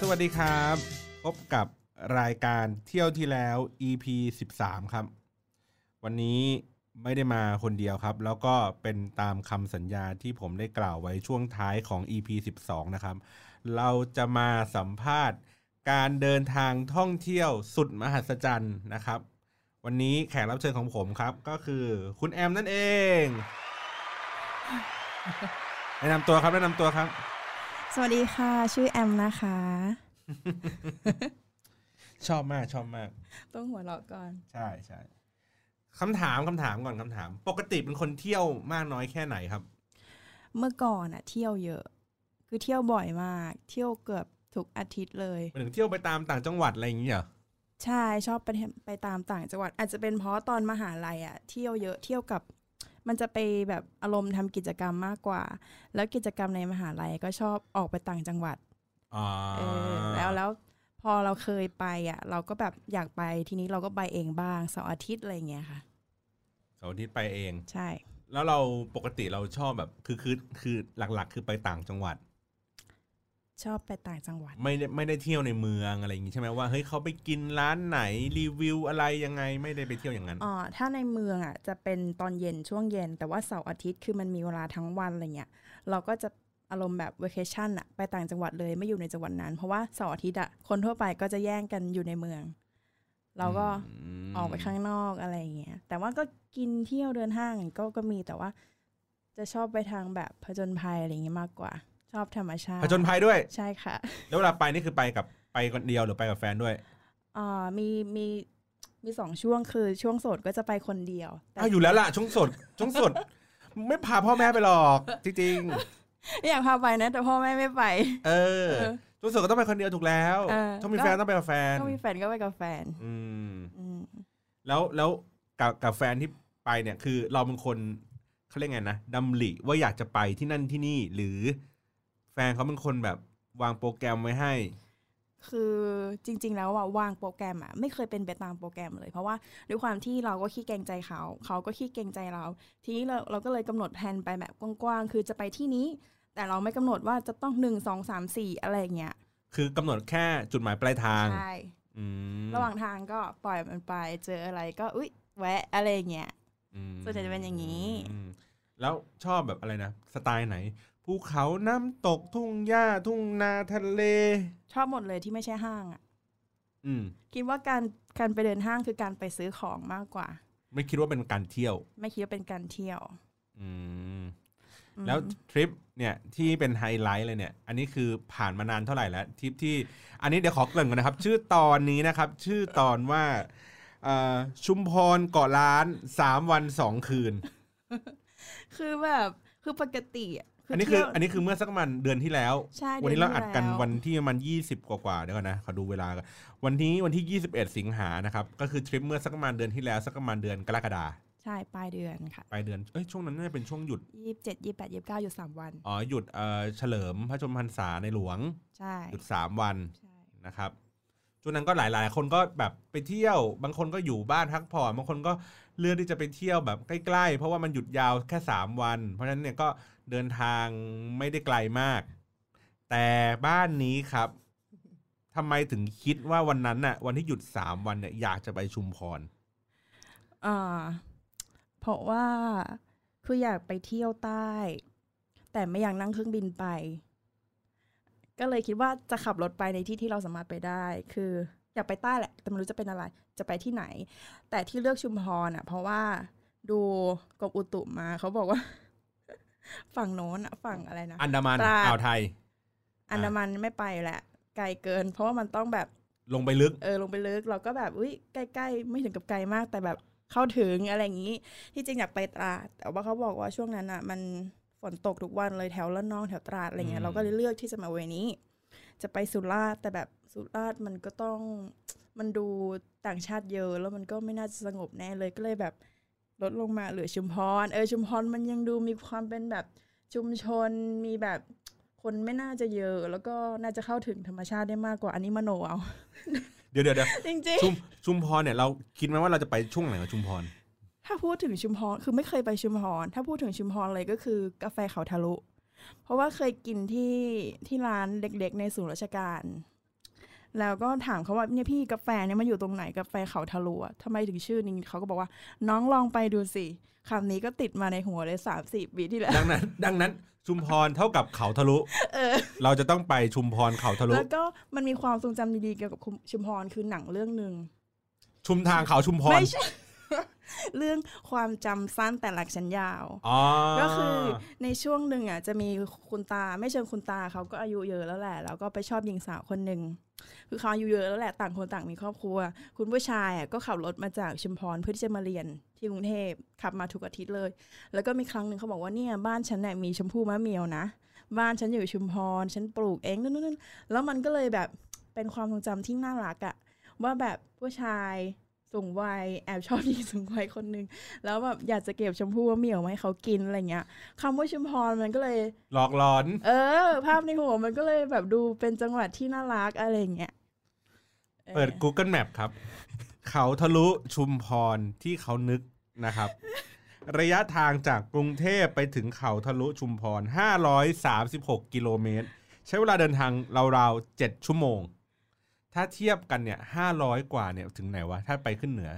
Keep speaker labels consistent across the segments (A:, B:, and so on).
A: สวัสดีครับ พบกับรายการเที่ยวที่แล้ว EP 13 ครับ วันนี้ไม่ได้มาคนเดียวครับ แล้วก็เป็นตามคำสัญญาที่ผมได้กล่าวไว้ช่วงท้ายของ EP 12 นะครับ เราจะมาสัมภาษณ์การเดินทางท่องเที่ยวสุดมหัศจรรย์นะครับ วันนี้แขกรับเชิญของผมครับ ก็คือคุณแอมนั่นเอง แนะนำตัวครับแนะนำตัวครับ
B: สวัสดีค่ะ ชื่อแอมนะคะ
A: ชอบมากชอบมาก
B: ต้องหัวเราะก่อน
A: ใช่ใช่คำถามคำถามก่อนคำถาม ปกติเป็นคนเที่ยวมากน้อยแค่ไหนครับ
B: เมื่อก่อนอะเที่ยวเยอะ คือเที่ยวบ่อยมาก เที่ยวเกือบทุกอาทิตย์เลย
A: ไปถึงเที่ยวไปตามต่างจังหวัดอะไรอย่างเงี้ยเหรอ
B: ใช่ชอบไปเที่ยวไปตามต่างจังหวัด อาจจะเป็นเพราะตอนมหาลัยอะเที่ยวเยอะเที่ยวกับ มันจะไปแบบอารมณ์ทำกิจกรรมมากกว่า แล้วกิจกรรมในมหาลัยก็ชอบออกไปต่างจังหวัด
A: อ่า
B: เออแล้วแล้วพอเราเคยไปอะเราก็แบบอยากไปทีนี้เราก็ไปเองบ้างเสาร์อาทิตย์อะไรอย่างเงี้ยค่ะ
A: เสาร์อาทิตย์ไปเอง
B: ใช่
A: แล้วเราปกติเราชอบแบบคือคือคือหลักๆ คือไปต่างจังหวัด
B: ชอบไปต่างจังหวัด
A: ไม่ได้ไม่ได้เที่ยวในเมืองอะไรอย่างงี้ใช่ไหมว่าเฮ้ยเขาไปกินร้านไหนรีวิวอะไรยังไงไม่ได้ไปเที่ยวอย่างนั้น
B: อ่าถ้าในเมืองอ่ะจะเป็นตอนเย็นช่วงเย็น แต่ว่าเสาร์อาทิตย์คือมันมีเวลาทั้งวันอะไรเงี้ยเราก็จะอารมณ์แบบเว c a ชั่นอ่ะไปต่างจังหวัดเลยไม่อยู่ในจังหวัดนั้น เพราะว่าเสาร์อาทิตย์อ่ะคนทั่วไปก็จะแย่งกันอยู่ในเมือง เราก็
A: ม
B: ออกไปข้างนอกอะไรเงี้ยแต่ว่าก็กินเที่ยวเดินห้างก็ก็มีแต่ว่า จะชอบไปทางแบบผจญภัยอะไรเงี้ยมากกว่า ชอบธรรมชาติ
A: ผจญภัยด้วย
B: ใช่ค่ะ
A: แล้วเวลาไปนี่คือไปกับไปคนเดียวหรือไปกับแฟนด้วย
B: อ่ามีมีมีสองช่วงคือช่วงโสดก็จะไปคนเดียวแต่
A: อ้าวอยู่แล้วล่ะช่วงสดช่วงสด ไม่พาพ่อแม่ไปหรอกจริงๆ
B: อยากพาไปนะ แต่พ่อแม่ไม่ไป
A: เออ
B: เออ
A: รู้สึกก็ต้องไปคนเดียวถูกแล้ว
B: เออ
A: ต้องมี
B: ก็
A: แฟนต้องไปกับแฟน
B: ก็มีแฟนก็ไปกับแฟน
A: อืม
B: อืม
A: แล้วแล้วกับกับแฟนที่ไปเนี่ยคือเราเป็นคนเขาเรียกไงนะดำริว่าอยากจะไปที่นั่นที่นี่ หรือแฟนเขาเป็นคนแบบวางโปรแกรมไว้ให้
B: คือจริง ๆ แล้วว่าวางโปรแกรมอะไม่เคยเป็นไปตามโปรแกรมเลย เพราะว่าด้วยความที่เราก็ขี้เกรงใจเขา เขาก็ขี้เกรงใจเรา ทีนี้เราเราก็เลยกำหนดแผนไปแบบกว้างๆคือจะไปที่นี้ แต่เราไม่กำหนดว่าจะต้องหนึ่งสองสามสี่อะไรอย่างเงี้ย
A: คือกำหนดแค่จุดหมายปลายทาง
B: ใช่
A: อืม
B: ระหว่างทางก็ปล่อยมันไปเจออะไรก็อุ๊ยแวะอะไรอย่างเงี้ย
A: อืม
B: ส่วนใหญ่จะเป็นอย่างนี้
A: อืมแล้วชอบแบบอะไรนะสไตล์ไหนภูเขาน้ำตกทุ่งหญ้าทุ่งนาทะเล
B: ชอบหมดเลยที่ไม่ใช่ห้างอะ
A: อืม
B: คิดว่าการการไปเดินห้างคือการไปซื้อของมากกว่า
A: ไม่คิดว่าเป็นการเที่ยว
B: ไม่คิดว่าเป็นการเที่ยว
A: อืม
B: อืม
A: แล้วทริปเนี่ยที่เป็นไฮไลท์เลยเนี่ย อันนี้คือผ่านมานานเท่าไหร่แล้วทริปที่ อันนี้เดี๋ยวขอเกริ่นก่อนนะครับ ชื่อตอนนี้นะครับ ชื่อตอนว่าเอ่อชุมพรเกาะล้านสามวันสองคืน
B: คือแบบคือปกติะ
A: อันนี้คือ
B: เที่ยว
A: อันนี้คือเมื่อสักประมันเดือนที่แล้ว
B: ใช่เดือน
A: วันนี้เราอัดกัน
B: ที่แล้ว
A: วันที่ประมันยี่สิบกว่าๆเดี๋ยวก่อนนะขอดูเวลากันวันนี้วันที่ยี่สิบเอ็ดสิงหานะครับก็คือทริปเมื่อสักประมาณเดือนที่แล้วสักประมาณเดือนกรกฎา
B: ใช่ปลายเดือนค่ะ
A: ไปลายเดือนเอ้ยช่วงนั้นน่าจะเป็นช่วงหยุด
B: ยี่สิบเจ็ดยี่แปดยี่เก้าอยู่สามวัน
A: อ๋อหยุดเอ่อเฉลิมพระชนมพรรษาในหลวง
B: ใช่
A: หยุดสามวัน
B: ใช่
A: นะครับช่วงนั้นก็หลายหลายๆคนก็แบบไปเที่ยว บางคนก็อยู่บ้านพักผ่อนบางคนก็เลือกที่จะไปเที่ยวแบบใกล้ๆ เพราะว่ามันหยุดยาวแค่ 3 วัน เพราะฉะนั้นเนี่ยก็เดินทางไม่ได้ไกลมาก แต่บ้านนี้ครับทำไมถึงคิดว่าวันนั้นน่ะวันที่หยุด 3 วันเนี่ยอยากจะไปชุมพร
B: อ่าเพราะว่าคืออยากไปเที่ยวใต้ แต่ไม่อยากนั่งเครื่องบินไป ก็เลยคิดว่าจะขับรถไปในที่ที่เราสามารถไปได้ คือ อยากไปใต้แหละ แต่ไม่รู้จะเป็นอะไร จะไปที่ไหน แต่ที่เลือกชุมพรอ่ะ เพราะว่าดูกรมอุตุมา เขาบอกว่า ฝั่งโน้นอะฝั่งอะไรนะ
A: อันดามัน
B: ตราด
A: อ่าวไทย
B: อันดามันไม่ไปแหละ ไกลเกิน เพราะว่ามันต้องแบบ
A: ลงไปลึก
B: เออลงไปลึกเราก็แบบอุ้ยใกล้ๆ ไม่ถึงกับไกลมากแต่แบบเข้าถึงอะไรอย่างนี้ ที่จริงอยากไปตราดแต่ว่าเขาบอกว่าช่วงนั้นอ่ะ มัน ฝนตกทุกวันเลยแถวละนองแถวตราดอะไรเงี้
A: อื
B: ย
A: ม
B: เราก็เลยเลือกที่จะมาเวนี้ จะไปสุราษฎร์แต่แบบสุราษฎร์มันก็ต้อง มันดูต่างชาติเยอะแล้วมันก็ไม่น่าจะสงบแน่เลยก็เลยแบบลดลงมาเหลือชุมพรเออชุมพรมันยังดูมีความเป็นแบบชุมชนมีแบบคนไม่น่าจะเยอะ แล้วก็น่าจะเข้าถึงธรรมชาติได้มากกว่าอันนี้มโนเอา
A: เดี๋ยวเดี๋ยวเดี๋ยว
B: จริง
A: ชุมชุมพรเนี่ยเราคิดไหมว่าเราจะไปช่วงไหนของชุมพร
B: ๆ ถ้าพูดถึงชุมพรคือไม่เคยไปชุมพรถ้าพูดถึงชุมพรเลยก็คือกาแฟเขาทะลุ เพราะว่าเคยกินที่ที่ร้านเด็กๆ ในศูนย์ราชการ แล้วก็ถามเขาว่าเนี่ยพี่กาแฟเนี่ยมันอยู่ตรงไหนกาแฟเขาทะลุอะทำไมถึงชื่อนี้เขาก็บอกว่า น้องลองไปดูสิคำนี้ก็ติดมาในหัวเลยสามสี่ปีที่แล้ว
A: ดังนั้น ดังนั้นชุมพรเท่ากับเขาทะลุ
B: เออ
A: เราจะต้องไปชุมพรเขาทะลุ
B: แล้วก็มันมีความทรงจำดีๆเกี่ยวกับชุมพรคือหนังเรื่องหนึ่ง
A: ชุมทางเขาชุมพร
B: ไม่ใช่ เรื่องความจำสั้นแต่หลักฉันยาว
A: อ๋อ
B: ก็คือในช่วงหนึ่งอ่ะจะมีคุณตาไม่เชิงคุณตาเขาก็อายุเยอะแล้วแหละแล้วก็ไปชอบหญิงสาวคนหนึ่งคือเขาอายุเยอะแล้วแหละต่างคนต่างมีครอบครัว คุณผู้ชายอ่ะก็ขับรถมาจากชุมพรเพื่อที่จะมาเรียนที่กรุงเทพขับมาทุกอาทิตย์เลย แล้วก็มีครั้งหนึ่งเขาบอกว่าเนี่ยบ้านฉันเนี่ยมีชมพู่มะเหมียวนะ บ้านฉันอยู่ชุมพร ฉันปลูกเองนู่นนู่นๆๆแล้วมันก็เลยแบบเป็นความทรงจำที่น่ารักอ่ะว่าแบบผู้ชายสูงวัยแอบชอบหญิงสูงวัยคนหนึ่งแล้วแบบอยากจะเก็บชมพู่มะเหมียวมาให้เขากินอะไรเงี้ย คำว่าชุมพรมันก็เลย
A: หลอกหลอน
B: เออ ภาพในหัวมันก็เลยแบบดูเป็นจังหวัดที่น่ารักอะไรอย่างเงี้ยออ
A: เปิด Google Map ครับ เขาทะลุชุมพรที่เขานึกนะครับ ระยะทางจากกรุงเทพไปถึงเขาทะลุชุมพร 536 กิโลเมตร ใช้เวลาเดินทางราวๆ7ชั่วโมง ถ้าเทียบกันเนี่ย 500 กว่าเนี่ยถึงไหนวะ ถ้าไปขึ้นเหนือ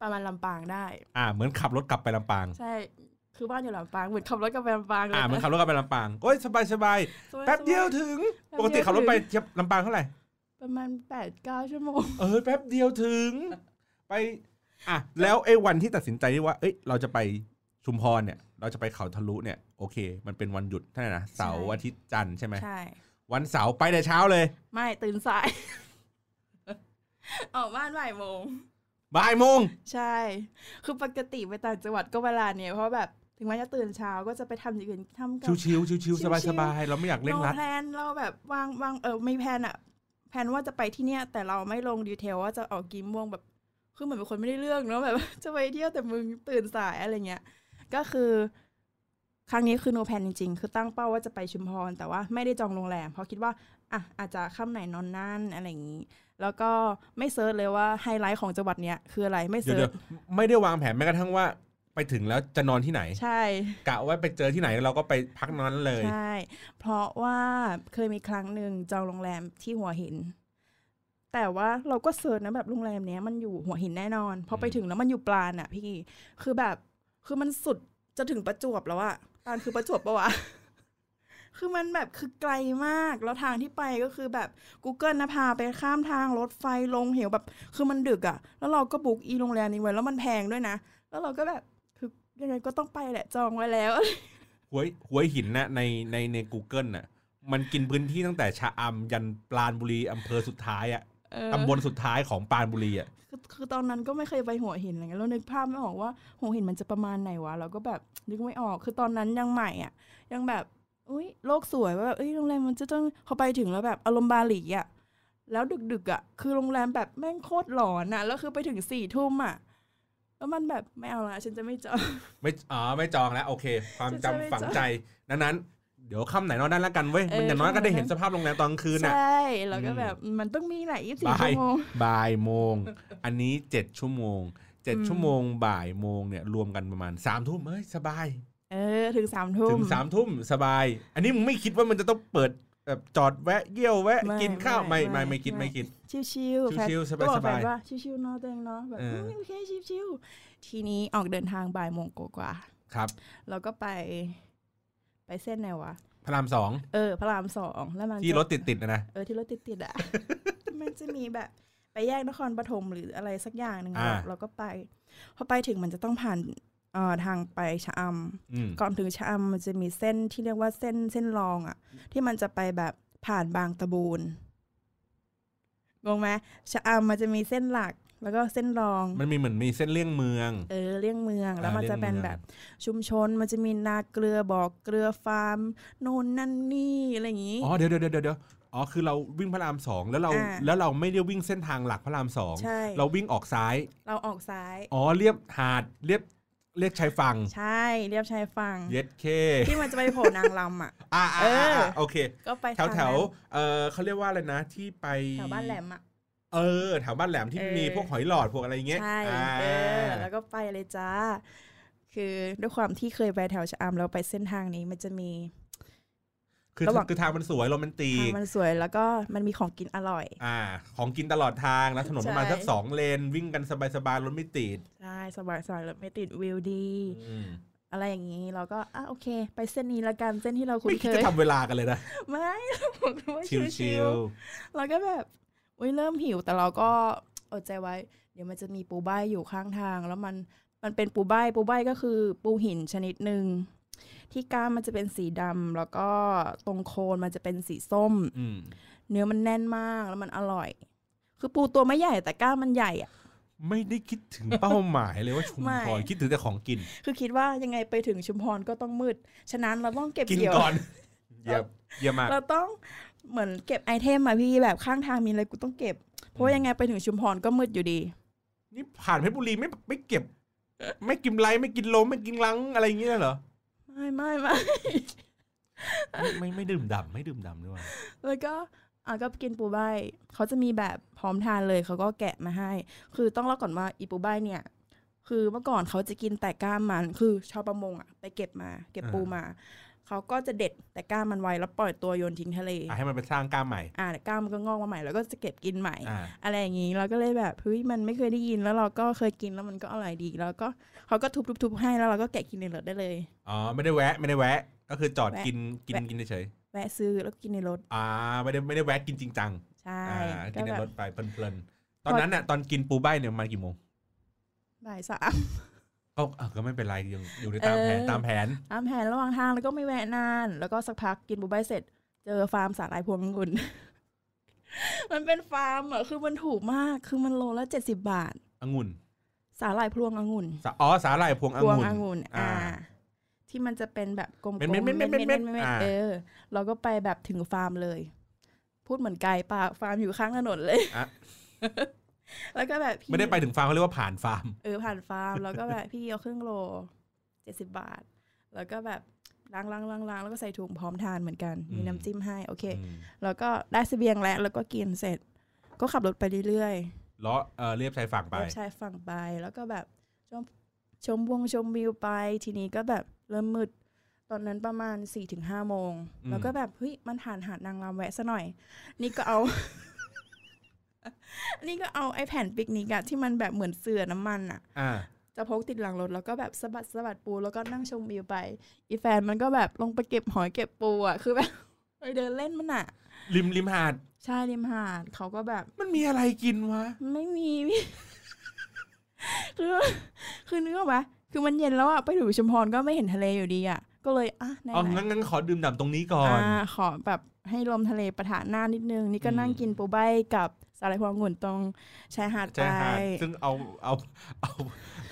B: ประมาณลำปางได้
A: อ่า เหมือนขับรถกลับไปลำปาง
B: ใช่ คือบ้านอยู่ลำปางเหมือนขับรถกลับไปลำปางเลย
A: อ่า เหมือน
B: นะ
A: ขับรถกลับไปลำปาง โอ้ยสบายสบาย
B: สาๆ
A: แป๊บเดียวถึง ปกติขับรถไปเทียบลำปางเท่าไหร่
B: ประมาณแปดเก้าชั่วโมง
A: เออแป๊บเดียวถึง ไป อ่ะ แล้วไอ้วันที่ตัดสินใจที่ว่า เอ้ยเราจะไปชุมพรเนี่ย เราจะไปเขาทะลุเนี่ยโอเค มันเป็นวันหยุดเท่านั้นนะเสาร์
B: ใช่
A: อาทิตย์จันทร์ใช่ไหม
B: ใช่
A: วันเสาร์ไปแต่เช้าเลย
B: ไม่ตื่นสาย ออกบ้านบ่ายโมง
A: บ่ายโมง
B: ใช่ คือปกติไปต่างจังหวัดก็เวลาเนี้ยเพราะแบบถึงแม้จะตื่นเช้าก็จะไปทำอย่างอื่นทำกับ
A: ชิวชิวชิวชิว
B: ๆ
A: สบายสบายเราไม่อยากเร่งรัด
B: แพลนเราแบบวางวางเออมีแพลนอะแพลนว่าจะไปที่เนี้ยแต่เราไม่ลงดีเทลว่าจะออกกี่โมงแบบคือเหมือนเป็นคนไม่ได้เรื่องเนาะแบบ จะไปเที่ยวแต่มึงตื่นสายอะไรเงี้ยก็คือ ครั้งนี้คือ no plan จริง ๆ คือตั้งเป้าว่าจะไปชุมพร แต่ว่าไม่ได้จองโรงแรม เพราะคิดว่าอ่ะอาจจะค่ำไหนนอนนั่นอะไรอย่างนี้ แล้วก็ไม่เซิร์ชเลยว่าไฮไลท์ของจังหวัดเนี้ยคืออะไรไม่
A: เดี๋ยว
B: เซิ
A: เดี๋
B: ร์
A: ย
B: ช
A: วไม่ได้วางแผนแม้กระทั่งว่า ไปถึงแล้วจะนอนที่ไหน
B: ใช่
A: กะว่าไปเจอที่ไหนเราก็ไปพักนอนเลย
B: ใช่ เพราะว่าเคยมีครั้งหนึ่งจองโรงแรมที่หัวหิน แต่ว่าเราก็เสิร์ชนะแบบโรงแรมเนี้ยมันอยู่หัวหินแน่นอน พอไป
A: อืม
B: ถึงแล้วมันอยู่ปราณอ่ะพี่ คือแบบ คือมันสุดจะถึงประจวบแล้วอะปราณคือประจวบปะวะ คือมันแบบคือไกลมาก แล้วทางที่ไปก็คือแบบ Google นะพาไปข้ามทางรถไฟลงเหวแบบ คือมันดึกอะแล้วเราก็บุกอีโรงแรมนี้ไว้แล้วมันแพงด้วยนะ แล้วเราก็แบบ คือยังไงก็ต้องไปแหละจองไว้แล้ว
A: หวยหวยหินนะในในใน Google น่ะมันกินพื้นที่ตั้งแต่ชะอำยันปราณบุรีอำเภอสุดท้ายอะ
B: เออ
A: ตำบลสุดท้ายของปราณบุรีอะ
B: คือคือตอนนั้นก็ไม่เคยไปหัวหินอะไรเงี้ยแล้วนึกภาพไม่ออกว่าหัวหินมันจะประมาณไหนวะเราก็แบบนึกไม่ออกคือตอนนั้นยังใหม่อ่ะ ยังแบบอุ้ยโลกสวยว่าแบบเอ้ยโรงแรมมันจะต้องพอไปถึงแล้วแบบอารมณ์บาหลีอ่ะแล้วดึกๆอ่ะคือโรงแรมแบบแม่งโคตรหลอนอ่ะแล้วคือไปถึงสี่ทุ่มอ่ะแล้วมันแบบไม่เอาละฉันจะไม่จอง
A: ไม่อ๋อไม่จองแล้ว โอเค ความจำ
B: จะไม่จอง
A: ฝังใจ ดังนั้น เดี๋ยวค่ำไหนนอนได้แล้วกันเว้ย
B: เออ
A: มันอย่างน้อยก็ได้
B: ค่ำไหน
A: เห็นสภาพโรงแรมตอนกลางคืน
B: ใช
A: น่ะ
B: ่แล้วก็แบบมันต้องมีแหละยี่สิบสี่
A: บาย
B: ชั่วโมง
A: บ่ายโมง อันนี้เจ็ดชั่วโมงเจ็ด
B: อืม
A: ชั่วโมงบ่ายโมงเนี่ยรวมกันประมาณสามทุ่มเอ้ยสบาย
B: เออถึงสามทุ่ม
A: ถึงสามทุ่มสบาย อันนี้มึงไม่คิดว่ามันจะต้องเปิดแบบจอดแวะเยี่ยวแวะ
B: ไม่
A: กินข้าว
B: ไม่
A: ไม่ไม่
B: ไม่
A: ไม่คิด
B: ไม่
A: ไม่คิด
B: ชิวๆแฟน
A: ชิวๆสบายๆ
B: ก็บอกแฟนว่าชิวๆเนาะตัวเองเนาะแบบ
A: เอออื
B: มโอเคชิวๆทีนี้ออกเดินทางบ่ายโมงกว่าๆ
A: ครับ
B: แล้วก็ไป ไปเส้นไหนวะ
A: พระรามสอง
B: เออ พระรามสองแล้วมัน
A: ที่
B: จะ
A: รถติดติดๆนะนะ
B: เออที่รถติดติด ๆอ่ะ มันจะมีแบบ ไปแยกนครปฐมหรืออะไรสักอย่างหนึ่ง
A: อ่า
B: เราก็ไป พอไปถึงมันจะต้องผ่านเอ่อทางไปชะอ
A: อืม
B: ำก่อนถึงชะอำมันจะมีเส้นที่เรียกว่าเส้นเส้นรองอ่ะ ที่มันจะไปแบบผ่านบางตะบูนงงไหมชะอำมันจะมีเส้นหลัก แล้วก็เส้นรอง
A: มันมีเหมือนมีเส้นเลี่ยงเมือง
B: เออเลี่ยงเมืองแล้ว
A: อ่า
B: มันจะเป็น
A: เลี่ยงเมือง
B: แบบชุมชนมันจะมีนาเกลือบอกเกลือฟาร์มโน่นนั่นนี่อะไรอย่างนี้
A: อ๋อเดี๋ยวเดี๋ยวเดี๋ยวเดี๋ยวอ๋อคือเราวิ่งพระรามสองแล้วเรา
B: อ่า
A: แล้วเราไม่ได้วิ่งเส้นทางหลักพระรามสอง
B: ใช่
A: เราวิ่งออกซ้าย
B: เราออกซ้าย
A: อ๋อเรียบหาดเรียบเรียบชายฝั่ง
B: ใช่เรียบชายฝั่ง
A: เย็ดเค
B: ที่มันจะไปโผล่นางลำอ่ะ
A: อ่า
B: เอ
A: อ่า
B: อ
A: อ่าโอเค
B: ก็ไป
A: แถวแถวๆเออเขาเรียกว่าอะไรนะที่ไป
B: แถวบ้านแหลมอ่ะ
A: เออแถวบ้านแหลมที่
B: เออ
A: มีพวกหอยหลอดพวกอะไรอย่างเงี้ย
B: ใช่
A: อ่า
B: เออแล้วก็ไปเลยจ้า คือด้วยความที่เคยไปแถวชะอำแล้วไปเส้นทางนี้มันจะมี
A: คือ
B: ระหว่าง
A: คือทางมันสวยโรแมนติ
B: ทาง
A: ก
B: มันสวยแล้วก็มันมีของกินอร่อย
A: อ่า ของกินตลอดทางแล้วถนนประมาณ
B: ใช่
A: สักสองเลนวิ่งกันสบายๆรถไม่ติด
B: ใช่สบายๆแล้วไม่ติดวิวดี
A: อืม
B: อะไรอย่างนี้เราก็อ่ะโอเค ไปเส้นนี้ละกันเส้นที่เราคุ้
A: ไม่
B: น
A: คิ
B: เค
A: ด
B: ย
A: จะทำเวลากันเลยนะ
B: ไม่ ผมว่า
A: ชิ
B: ชิ
A: ล
B: วๆเราก็แบบอุ้ยเริ่มหิวแต่เราก็อดใจไว้ เดี๋ยวมันจะมีปูใบายอยู่ข้างทาง แล้วมันมันเป็นปูใบายปูใบายก็คือปูหินชนิดหนึ่งที่ก้านมันจะเป็นสีดำแล้วก็ตรงโคนมันจะเป็นสีส้ม
A: ๆอืม
B: เนื้อมันแน่นมากแล้วมันอร่อย คือปูตัวไม่ใหญ่แต่ก้านมันใหญ่อะ
A: ไม่ได้คิดถึงเป้าหมายเลยว่าชุม
B: ไม่
A: พรคิดถึงแต่ของกิน
B: คือคิดว่ายังไงไปถึงชุมพรก็ต้องมืด ฉะนั้นเราต้องเก็บ
A: กิน
B: เกี่ยว
A: ก่อนเยี่ยมเยี่ยมมาก
B: เราต้องเหมือนเก็บไอเทมมาพี่แบบข้างทางมีอะไรกูต้องเก็บ เพราะว่ายังไงไปถึงชุมพรก็มืดอยู่ดี
A: นี่ผ่านเพชรบุรีไม่ไม่เก็บ ไม่กินไรไม่กินลมไม่กินลังอะไรอย่างเงี้ยเหรอ
B: ไม่ไม่ไม่
A: ไม่ไม่ไม่ดื่มด่ำไม่ดื่มด่ำด้วย
B: แล้วก็อ่ะก็กินปูใบเขาจะมีแบบพร้อมทานเลยเขาก็แกะมาให้ คือต้องเล่าก่อนว่าอีปูใบเนี่ย คือเมื่อก่อนเขาจะกินแต่ก้ามมัน คือชาวประมงอ่ะไปเก็บมา เก็บ
A: อ่า
B: ปูมาเขาก็จะเด็ดแต่ก้ามมันไว้แล้วปล่อยตัวโยนทิ้งทะเล
A: อ่ะให้มันไปสร้างกล้ามใหม่
B: อ่าแต่ก้ามมันก็งอกมาใหม่แล้วก็จะเก็บกินใหม่
A: อ่า
B: อะไรอย่างนี้เราก็เลยแบบเฮ้ยมันไม่เคยได้ยินแล้วเราก็เคยกินแล้วมันก็อร่อยดี แล้วก็เขาก็ทุบๆๆให้แล้วเราก็แกะกินในรถได้เลย
A: อ๋อ ไม่ได้แวะ ไม่ได้แวะ ก็คือจอด
B: แวะ
A: กิน กิน
B: แวะ
A: กินเฉย
B: แวะซื้อแล้วก็กินในรถ
A: ๆอ่า ไม่ได้ ไม่ได้แวะกินจริงจัง
B: ใช่
A: อ่า
B: ก็
A: กินใน
B: แบ
A: ร
B: บ
A: ถไปเพลินๆ ตอนนั้นน่ะ ตอนกินปูใบเนี่ยมากี่โมง
B: บ่ายสาม
A: ก็อ่ะก็ไม่เป็นไรยังอยู่ในตามแผน ตามแผน
B: ตามแผนระหว่างทางแล้วก็ไม่แวะนาน แล้วก็สักพักกินบุบายเสร็จ เจอฟาร์มสาหร่ายพวงองุ่น มันเป็นฟาร์มอ่ะคือมันถูกมากคือมันโลละเจ็ดสิบบาท
A: องุ่น
B: สาหร่ายพวงองุ่น
A: สาอ๋อ สาหร่ายพวงอ
B: พวง
A: งุ่น
B: องุ่น
A: อ่า
B: อ่า ที่มันจะเป็นแบบกลมๆ
A: เม็ดๆๆๆๆ
B: ๆๆๆ
A: อ่า
B: เออ เราก็ไปแบบถึงฟาร์มเลย พูดเหมือนไกลป่าฟาร์มอยู่ข้างถนนเลย
A: อ่ะ
B: แล้วก็แบบพี่
A: ไม่ได้ไปถึงฟาร์มเขาเรียกว่าผ่านฟาร์ม
B: เออผ่านฟาร์ม แล้วก็แบบ พี่เอาครึ่งโลเจ็ดสิบบาท แล้วก็แบบล้างล้างล้างล้างแล้วก็ใส่ถุงพร้อมทานเหมือนกัน
A: อืม
B: มีน้ำจิ้มให้โอเค
A: อืม
B: แล้วก็ได้เสบียงแล้วแล้วก็กินเสร็จ ก็ขับรถไปเรื่อย
A: ล้อเออเรียบชายฝั่ง
B: ๆ
A: ไป
B: เลียบชายฝั่งไป แล้วก็แบบชมชมวงชมวิวไป ทีนี้ก็แบบเริ่มมืดตอนนั้นประมาณ4ี่ถึงห้าโมง
A: อืม
B: แล้วก็แบบเฮ้ยมันผ่านหาดนางรำแวะซะหน่อย นี่ก็เอา นี่ก็เอาไอ้แผ่นปิกนิกอะที่มันแบบเหมือนเสือน้ำมันอะ
A: อ่า
B: จะพกติดหลังรถแล้วก็แบบสะบัดสะบัดปูแล้วก็นั่งชมวิวไป อีแฟนมันก็แบบลงไปเก็บหอยเก็บปูอ่ะคือแบบ ไปเดินเล่นมันอ่ะ
A: ริมริมหาด
B: ใช่ริมหาดเขาก็แบบ
A: มันมีอะไรกินวะ
B: ไม่มี คือคือนึกออกปะคือมันเย็นแล้วอ่ะไปถึงชุมพรก็ไม่เห็นทะเลอยู่ดีอ่ะ ก็เลยอ่ะไหน
A: อ๋อ
B: ๆ
A: งั้นงั้นขอดื่มด่ำตรงนี้ก่อน
B: อ่าขอแบบให้ลมทะเลประทะหน้านิดนึง นี่ก็
A: อืม
B: นั่งกินปูใบกับสาหร่ายพวงองุ่นตรงชายหาดไป
A: ชายหาด ซึ่งเอา เอา เอา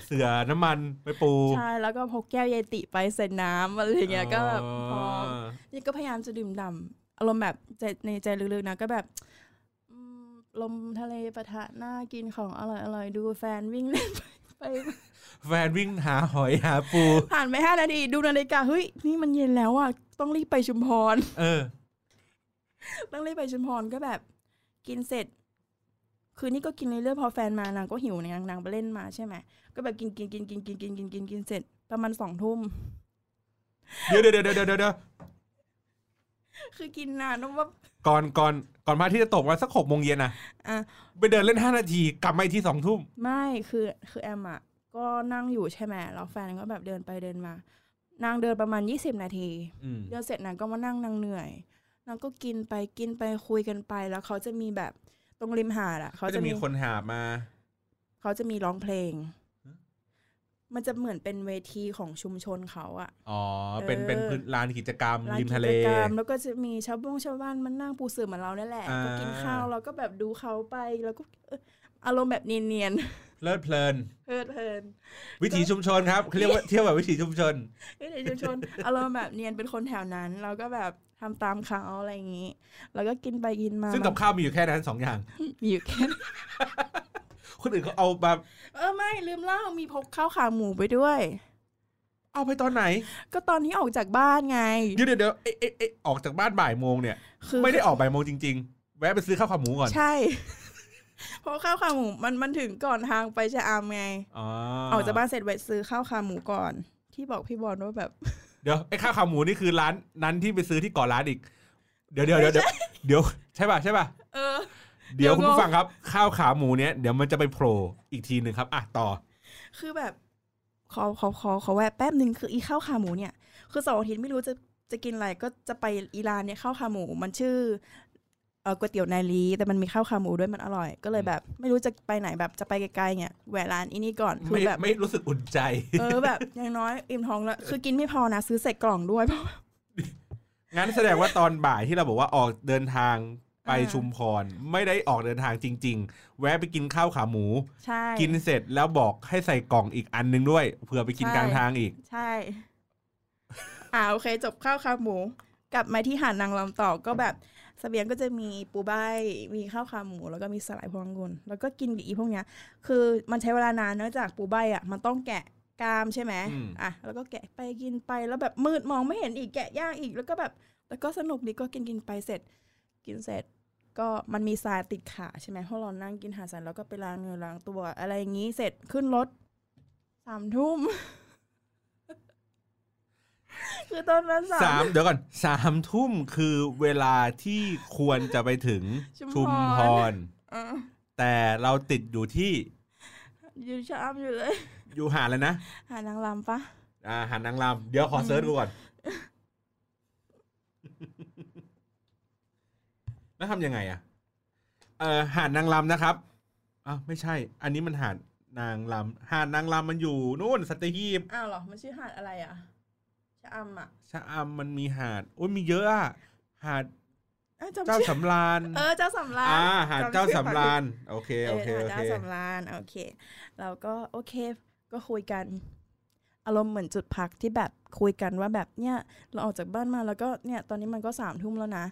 A: เสือน้ำมันไปปู
B: ใช่แล้วก็พกแก้วเยติไปใส่น้ำอะไรอย่างเงี้ยก็แบบพอ
A: อ
B: นี่ก็พยายามจะดื่มด่ำอารมณ์แบบใจในใจลึกๆนะก็แบบอืมลมทะเลปะทะหน้ากินของอร่อยๆ ดูแฟนวิ่งเล่น ไปไป
A: แฟนวิ่งหาหอยหาปู
B: ผ่านไปห้านาที ดูนาฬิกาเฮ้ยนี่มันเย็นแล้วอ่ะต้องรีบไปชุมพร
A: เออ
B: ต้องรีบไปชุมพรก็แบบ กินเสร็จ คืนนี้ก็กินเรื่อยๆพอแฟนมานางก็หิวนะนางนางไปเล่นมาใช่ไหมก็แบบกินกินกินกินกินกินกินกินกินเสร็จประมาณสองทุ่ม
A: เดี๋ยวเดี๋ยวเดี๋ยวเดี๋ยวเดี๋ยวเดี๋ยว
B: คือกินนานต้องว่า
A: ก่อนก่อนก่อนพระอาที่จะตกวันสักหกโมงเย็นนะ
B: อ่ะ
A: ไปเดินเล่นห้านาที กลับมาอีกที่สองทุ่ม
B: ไม่คือคือแอมอ่ะก็นั่งอยู่ใช่ไหมแล้วแฟนก็แบบเดินไปเดินมา นางเดินประมาณ 20 นาที
A: อืม
B: เดินเสร็จนางก็มานั่งนางเหนื่อยนางก็กินไปกินไปคุยกันไปแล้วเขาจะมีแบบตรงริมหาดอ่ะ เขา
A: ก็
B: จะ
A: จะ
B: มี
A: มีคนหามา
B: เขาจะมีร้องเพลง มันจะเหมือนเป็นเวทีของชุมชนเขาอะ
A: อ๋อ เป็นเป็น
B: เออ
A: พื้นลานกิจกรรม
B: ร้าน
A: ริม
B: กิ
A: ทะเล
B: จกรรมแล้วก็จะมีชาวบ้งชาวบ้านมันนั่งปูเสื่อเหมือนเราเนี่ยแหละ
A: อ่า
B: ก็กินข้าวเราก็แบบดูเขาไปแล้วก็เอ่ออารมณ์แบบเนียน
A: เพลิดเพลิน
B: ๆ เพลิดเพลิน
A: วิถีชุมชนครับเขาเรียก ว่าเที่ยวแบบวิถีชุมชน
B: เอ้ยในชุมชน อารมณ์แบบเนียนเป็นคนแถวนั้น เราก็แบบทำตามเขาอะไรอย่างนี้ แล้วก็กินไปกินมา
A: ซึ่งกับข้าวมีอยู่แค่นั้นสองอย่าง
B: มีอยู่แค่นั้น
A: คนอื่นเขาเอาแบบ
B: เออไม่ลืมเล่ามีพกข้าวขาหมูไปด้วย
A: เอาไปตอนไหน
B: ก็ตอนที่ออกจากบ้านไง
A: เดี๋ยวเดี๋ยวเดี๋ยวเอ๊ะเอ๊ะเอ๊ะออกจากบ้านบ่ายโมงเนี่ย
B: คือ
A: ไม่ได้ออกบ่ายโมงจริง ๆ แวะไปซื้อข้าวขาหมูก่อน
B: ใช่ เพราะข้าวขาหมูมันมันถึงก่อนทางไปชะอำไง
A: อ๋อ
B: ออกจากบ้านเสร็จแวะซื้อข้าวขาหมูก่อน ที่บอกพี่บอลว่าแบบ
A: เดี๋ยวไอ้ข้าวขาหมูนี่คือร้านนั้นที่ไปซื้อที่เก่อร้านอีก เดี๋ยวเดี๋ยวเดี๋ยวเดี๋ยวเดี๋ยวใช่ป่ะใช่ป่ะ
B: เออ
A: เดี๋
B: เดี๋
A: ย
B: ยว ว
A: คุณผู้
B: งง
A: ฟังครับ ข้าวขาหมูเนี้ยเดี๋ยวมันจะไปโผล่อีกทีหนึ่งครับอ่ะต่อ
B: คือแบบ ขอขอขอขอแวะแป๊บหนึ่งคืออีข้าวขาหมูเนี่ย คือเสองอาทิตย์ไม่รู้จะจะกินอะไรก็จะไปอีร้านเนี่ยข้าวขาหมู มันชื่อเออก๋วยเตี๋ยวนาลีแต่มันมีข้าวขาหมูด้วยมันอร่อย ก็เลยแบบ ไม่รู้จะไปไหนแบบจะไปไกลๆเนี่ยแวะร้านอีนี่ก่อนคือ
A: ไม่
B: แบบ
A: ไม่รู้สึกอุ่นใจ
B: เออแบบอย่างน้อยอิ่มท้องแล้วคือกินไม่พอนะซื้อใส่กล่องด้วยเพราะ
A: งั้นแสดงว่าตอนบ่ายที่เราบอกว่าออกเดินทางไป
B: อ่า
A: ชุมพร ไม่ได้ออกเดินทางจริง ๆ แวะไปกินข้าวขาหมู
B: ใช่
A: กินเสร็จแล้วบอกให้ใส่กล่องอีกอันนึงด้วยเผื่อไปกิน
B: ใช่
A: กลางทางอีก
B: ใช่ อ่าโอเค จบข้าวขาหมู กลับมาที่หาดนางลำต่อก็แบบเสบียงก็จะมีปูใบมีข้าวขาหมู แล้วก็มีสลายพวงองุ่นแล้วก็กินกับอีพวกเนี้ย คือมันใช้เวลานานเนื่องจากปูใบอ่ะ มันต้องแกะกรามใช่ไหม
A: อืม
B: อ่ะแล้วก็แกะไปกินไปแล้วแบบมืดมองไม่เห็นอีกแกะยากอีกแล้วก็แบบ แล้วก็สนุกดีก็กินกินไปเสร็จ กินเสร็จ ก็มันมีทรายติดขาใช่ไหมเพราะเรานั่งกินหาดทรายแล้วก็ไปล้างเนื้อล้างตัว อะไรอย่างนี้เสร็จขึ้นรถสามทุ่ม คือตอนนั้นสา
A: สาม มเดี๋ยวก่อนสามทุ่มคือเวลาที่ควรจะไปถึง
B: ชุ
A: ชุม
B: ม
A: พ
B: พร
A: ร
B: เออ
A: แต่เราติดอยู่ที่
B: ยืนชะอ้ำอยู่เลย
A: อยู่หาดแล้วนะ
B: หานางลำปะ
A: อ่าหาดนางรำเดี๋ยวขอเซิร์ชดูก่อน แล้วทำยังไงอ่ะเอ่อหาดนางรำนะครับอ้าวไม่ใช่ อันนี้มันหาดนางรำหาดนางรำมันอยู่นู่นสัตหีบ
B: อ้าวเหรอ มันชื่อหาดอะไรอ่ะชะอ้ำอ่ะ
A: ชะอำมันมีหาดโอ้ยมีเยอะอะหาด
B: อ้าวจำ
A: เจ้า
B: ชื่อ
A: สำราญ
B: เออเจ้าสำราญ
A: อ่าหาดเจ้า
B: จำชื่อ
A: สำราญโอเคโอเคโอเค
B: หาดเจ้าสำราญโอเค เราก็โอเค ก็คุยกัน อารมณ์เหมือนจุดพักที่แบบคุยกันว่าแบบเนี่ย เราออกจากบ้านมาแล้วก็เนี่ยตอนนี้มันก็สามทุ่มแล้วนะ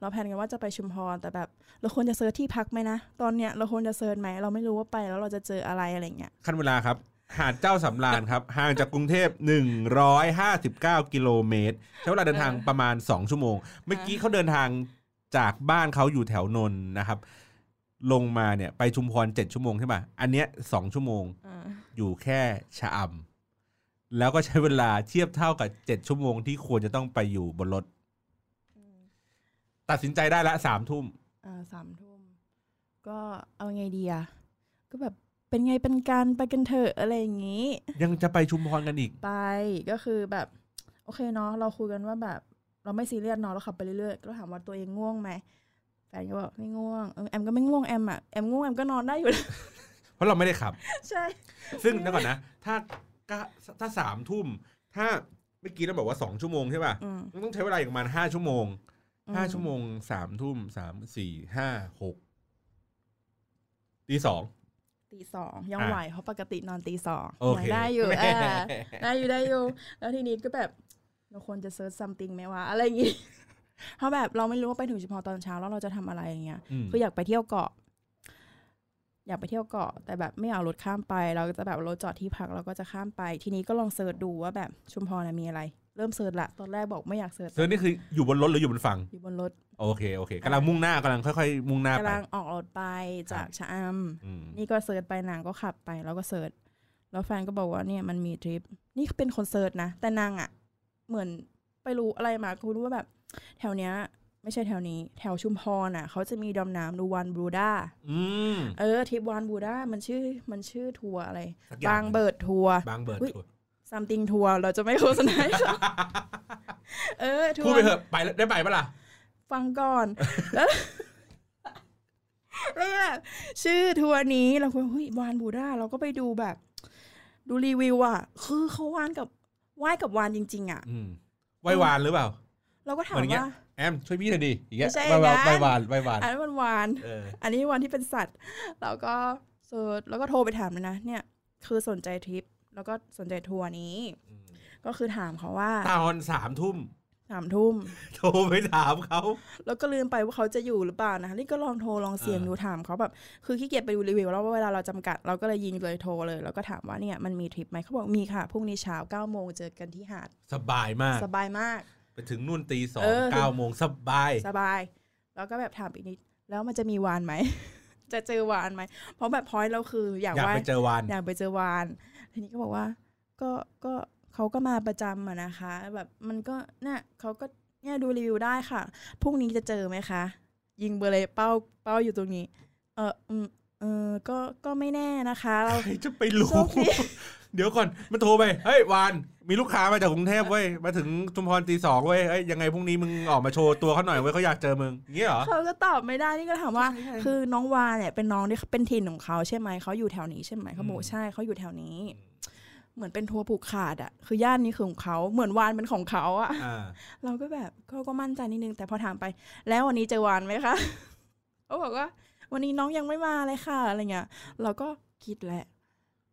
B: เราแพลนกันว่าจะไปชุมพรแต่แบบ เราควรจะเซิร์ชที่พักไหมนะตอนเนี้ยเราควรจะเซิร์ชไหมเราไม่รู้ว่าไปแล้วเราจะเจออะไรอะไรเงี้ย
A: ขั้นเวลาครับ หาดเจ้าสำราญ ครับ ห่างจากกรุงเทพ 159 กิโลเมตรใช้เวลาเดินทางประมาณ 2 ชั่วโมง เมื่อกี้เขาเดินทางจากบ้านเขาอยู่แถวนนท์นะครับ ลงมาเนี่ยไปชุมพร 7 ชั่วโมงใช่ป่ะอันเนี้ย 2 ชั่วโมง
B: เออ
A: อยู่แค่ชะอำแล้วก็ใช้เวลาเทียบเท่ากับ 7 ชั่วโมงที่ควรจะต้องไปอยู่บนรถ ตัดสินใจได้ละสามทุ่ม
B: เออสามทุ่มก็เอาไงดีอะก็แบบเป็นไงเป็นการไปกันเถอะอะไรอย่างงี้
A: ยังจะไปชุมพรกันอีก
B: ไปก็คือแบบ โอเคเนาะเราคุยกันว่าแบบ เราไม่ซีเรียสเนาะเราขับไปเรื่อยๆแล้วถามว่าตัวเองง่วงไหมแฟนก็บอกไม่ง่วงเออแอมก็ไม่ง่วงแอมอ่ะแอมง่วงแอมก็นอนได้อยู่ แล้ว
A: เพราะเราไม่ได้ขับ
B: ใช่
A: ซึ่งเดี๋ยวก่อนนะ ถ้าถ้าถ้าสามทุ่ม ถ้าเมื่อกี้เราบอกว่าสองชั่วโมงใช่ป่ะ
B: อืม
A: มันต้องใช้เวลาอีกประมาณห้าชั่วโมง
B: อื
A: ห้าชั่วโมงสามทุ่มสามสี่ห้าหกตีสอง
B: ตีสองยัง
A: อ่ะ
B: ไหวเพราะปกตินอนตีสอง
A: โอเค
B: ยังได้ อยู่
A: แม่
B: เออได้อยู่ได้อยู่ แล้วทีนี้ก็แบบเราควรจะเซิร์ชซัมติงไหมวะอะไรอย่างงี้ เพราะแบบเราไม่รู้ว่าไปถึงชุมพรตอนเช้าแล้วเราจะทำอะไรอย่างเงี้ย
A: อืม
B: คืออยากไปเที่ยวเกาะ อยากไปเที่ยวเกาะ แต่แบบไม่เอารถข้ามไป เราก็จะแบบรถจอดที่พักเราก็จะข้ามไป ทีนี้ก็ลองเสิร์ชดูว่าแบบชุมพรน่ะมีอะไร เริ่มเสิร์ชละตอนแรกบอกไม่อยากเสิร์ช
A: เธอนี่คืออยู่บนรถหรืออยู่บนฝั่ง
B: อยู่บนรถ
A: โอเคโอเคกำลังมุ่งหน้ากำลังค่อยๆ มุ่งหน้าไป
B: กำลังออกรถไปจากชะอ
A: อืม
B: ำนี่ก็เสิร์ชไปนางก็ขับไป แล้วก็เสิร์ชแล้วแฟนก็บอกว่าเนี่ยมันมีทริป นี่เป็นคนเสิร์ชนะแต่นางอะเหมือนไปรู้อะไรมาก็รู้ว่าแบบ แถวเนี้ย ไม่ใช่แถวนี้ แถวชุมพรน่ะเขาจะมีดำน้ำดูวันบรูด้า
A: อืม
B: เออทริปวานบูด้ามันชื่อมันชื่อทัวร์อะไร
A: สักอย่
B: บางเบิร์ดทัวร์
A: บางเบิร์ด
B: อุ๊ย
A: ทัวร์
B: ซัมติงทัวร์เราจะไม่โฆษณาให้ เขาเออทัว
A: พูด
B: ร์
A: ไปเถอะไปแล้วได้ไปปะล่ะ
B: ฟังก่อน แล้วแล้วแบบชื่อทัวร์นี้เราก็เฮ้ยวานบูด้าเราก็ไปดูแบบ ดูรีวิวอ่ะ คือเขาวานกับว่ายกับวานจริง ๆ อ่ะ
A: อืมไหวหวานหรือเปล่า
B: เราก็ถาม
A: เหมือนเงี้ย
B: ว่า
A: แอมช่วยพี่หน่อยดิอย่างเงี้ย
B: ไม่ใช่
A: ไหวหวาน
B: อย่าง
A: ไหวห
B: นั้น
A: วานไหวหวาน
B: อันนั้นมันวาน
A: เออ
B: อันนี้วันที่เป็นสัตว์ เราก็เสิร์ชแล้วก็โทรไปถามเลยนะ เนี่ย คือสนใจทริป แล้วก็สนใจทัวร์นี้
A: อืม
B: ก็คือถามเขาว่า
A: ตอนสามทุ่ม
B: สามทุ่ม
A: โทรไปถามเขา
B: แล้วก็ลืมไปว่าเขาจะอยู่หรือเปล่านะนี่ก็ลองโทรลองเสียง
A: อ่า
B: ดูถามเขาแบบ คือขี้เกียจไปดูรีวิวแล้วว่าเวลาเราจำกัด เราก็เลยยิงเลยโทรเลย แล้วก็ถามว่าเนี่ยมันมีทริปไหมเขาบอกมีค่ะพรุ่งนี้เช้า9ก้าโมงเจอกันที่หาด
A: สบายมาก
B: สบายมาก
A: ไปถึงนู่นตีสอง
B: เออ
A: เก้าโมงสบาย
B: สบาย แล้วก็แบบถามอีกนิด แล้วมันจะมีวานไหม จะเจอวานไหม เพราะแบบพอยเราคืออยาก
A: อยาก
B: ว่า
A: ไปเจอวัน
B: อยากไปเจอวาน ทีนี้ก็บอกว่า ก็ก็เขาก็มาประจำอะนะคะ แบบมันก็เนี่ยเขาก็เนี่ยดูรีวิวได้ค่ะพรุ่งนี้จะเจอไหมคะ ยิงเบอร์เลยเป้าเป้าอยู่ตรงนี้ เอออืมเออก็ก็ไม่แน่นะคะเรา
A: ใครจะไปรู้
B: โชคดี
A: เดี๋ยวก่อน มันโทรไป เฮ้ยวาน มีลูกค้ามาจากกรุงเทพเว้ย มาถึงชุมพรตีสองเว้ยเอ้ยยังไงพรุ่งนี้มึงออกมาโชว์ตัวเขาหน่อยเว้ยเขาอยากเจอมึงอย่างเงี้ยเหรอ
B: เขาก็ตอบไม่ได้นี่ก็ถามว่า คือน้องวาเนี่ยเป็นน้องที่เป็นถิ่นของเขาใช่ไหมเขาอยู่แถวนี้ใช่ไหมเขาบอก
A: อืม
B: ใช่เขาอยู่แถวนี้ เหมือนเป็นทัวร์ผูกขาดอะคือย่านนี้คือของเขาเหมือนวานเป็นของเขาอะ
A: อ่า
B: เราก็แบบเขาก็มั่นใจนิดนึง แต่พอถามไป แล้ววันนี้เจอวานไหมคะ เขาบอกว่า วันนี้น้องยังไม่มาเลยค่ะอะไรเงี้ยเราก็คิดแหละ